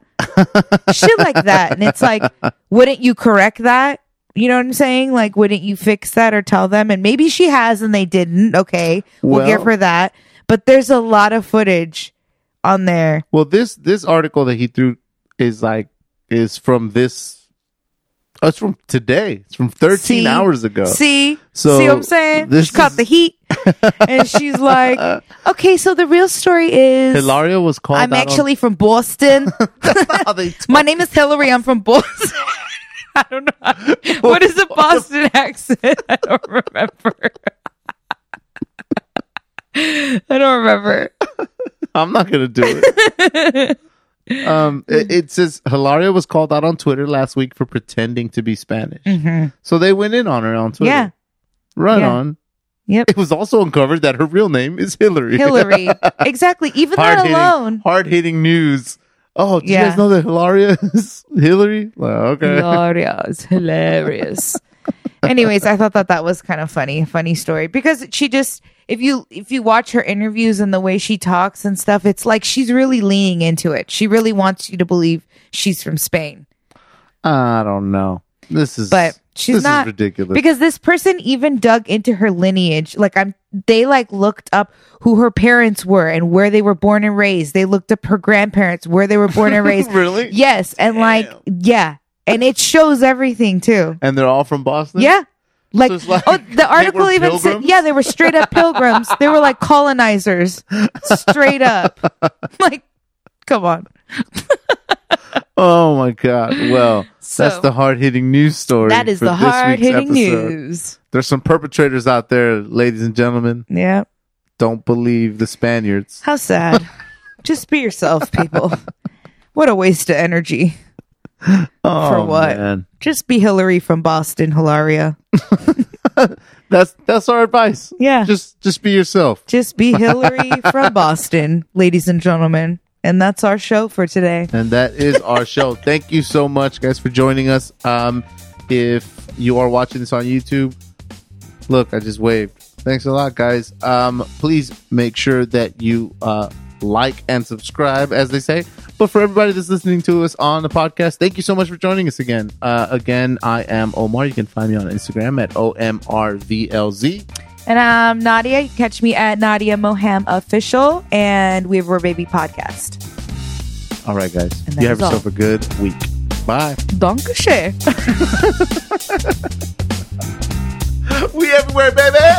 [SPEAKER 2] Shit like that. And it's like, wouldn't you correct that? You know what I'm saying? Like, wouldn't you fix that or tell them? And maybe she has and they didn't. Okay. We'll,
[SPEAKER 1] Well-
[SPEAKER 2] give her that. But there's a lot of footage on there.
[SPEAKER 1] Well, this this article that he threw is like is from this. Oh, it's from today. It's from 13
[SPEAKER 2] See?
[SPEAKER 1] hours ago.
[SPEAKER 2] See?
[SPEAKER 1] Uh, So
[SPEAKER 2] See what I'm saying?
[SPEAKER 1] this
[SPEAKER 2] she caught
[SPEAKER 1] is-
[SPEAKER 2] the heat. and she's like, okay, so the real story is
[SPEAKER 1] Hilario was called.
[SPEAKER 2] I'm
[SPEAKER 1] out on-
[SPEAKER 2] actually from Boston.
[SPEAKER 1] How they talk.
[SPEAKER 2] My name is Hillary. I'm from Boston. I don't know. What is a Boston accent? I don't remember. I don't remember.
[SPEAKER 1] I'm not gonna do it. um, it, it says Hilario was called out on Twitter last week for pretending to be Spanish. So they went in on her on Twitter.
[SPEAKER 2] Mm. Yeah.
[SPEAKER 1] right
[SPEAKER 2] Yeah.
[SPEAKER 1] on.
[SPEAKER 2] Yep.
[SPEAKER 1] It was also uncovered that her real name is Hillary.
[SPEAKER 2] Hillary. Exactly. Even
[SPEAKER 1] hard
[SPEAKER 2] that
[SPEAKER 1] hitting,
[SPEAKER 2] alone.
[SPEAKER 1] hard hitting news. Oh, do you
[SPEAKER 2] Yeah.
[SPEAKER 1] guys know that Hilaria is Hillary? Well, okay.
[SPEAKER 2] Hilarious. Hilarious. Anyways, I thought that that was kind of funny, funny story because she just if you if you watch her interviews and the way she talks and stuff, it's like she's really leaning into it. She really wants you to believe she's from Spain.
[SPEAKER 1] I don't know. This is
[SPEAKER 2] But she's
[SPEAKER 1] this
[SPEAKER 2] not-
[SPEAKER 1] is ridiculous.
[SPEAKER 2] because this person even dug into her lineage like i'm they like looked up who her parents were and where they were born and raised they looked up her grandparents where they were born and raised
[SPEAKER 1] really?
[SPEAKER 2] yes and like yeah and it shows everything too
[SPEAKER 1] And they're all from Boston.
[SPEAKER 2] yeah like,
[SPEAKER 1] it's like
[SPEAKER 2] oh
[SPEAKER 1] they
[SPEAKER 2] the article
[SPEAKER 1] were
[SPEAKER 2] even said
[SPEAKER 1] pilgrims?
[SPEAKER 2] yeah they were straight up pilgrims they were like colonizers straight up like come on
[SPEAKER 1] Oh my God. Well, that's
[SPEAKER 2] So-
[SPEAKER 1] the hard hitting news story.
[SPEAKER 2] that is
[SPEAKER 1] for
[SPEAKER 2] the
[SPEAKER 1] this week's
[SPEAKER 2] hard hitting
[SPEAKER 1] episode.
[SPEAKER 2] news
[SPEAKER 1] There's some perpetrators out there, ladies and gentlemen.
[SPEAKER 2] yeah
[SPEAKER 1] Don't believe the Spaniards.
[SPEAKER 2] How sad. Just be yourself, people. What a waste of energy.
[SPEAKER 1] Oh,
[SPEAKER 2] what?
[SPEAKER 1] man.
[SPEAKER 2] Just be Hillary from Boston, Hilaria.
[SPEAKER 1] That's that's our advice.
[SPEAKER 2] Yeah. Just,
[SPEAKER 1] Just just be yourself.
[SPEAKER 2] be Hillary from Boston, ladies and gentlemen. And that's our show for today.
[SPEAKER 1] And that is our show. Thank you so much, guys, for joining us. Um, if you are watching this on YouTube, look, I just waved. Thanks a lot, guys. Um, please make sure that you uh, like and subscribe, as they say. But for everybody that's listening to us on the podcast, thank you so much for joining us again. Uh, again, I am Omar. You can find me on Instagram at omrvlz.
[SPEAKER 2] And I'm Nadia. You can catch me at Nadia Moham Official. And we have Our Baby Podcast.
[SPEAKER 1] All right, guys.
[SPEAKER 2] And that
[SPEAKER 1] You have
[SPEAKER 2] is all.
[SPEAKER 1] yourself a good week. Bye.
[SPEAKER 2] Dankeschön.
[SPEAKER 1] we everywhere, baby.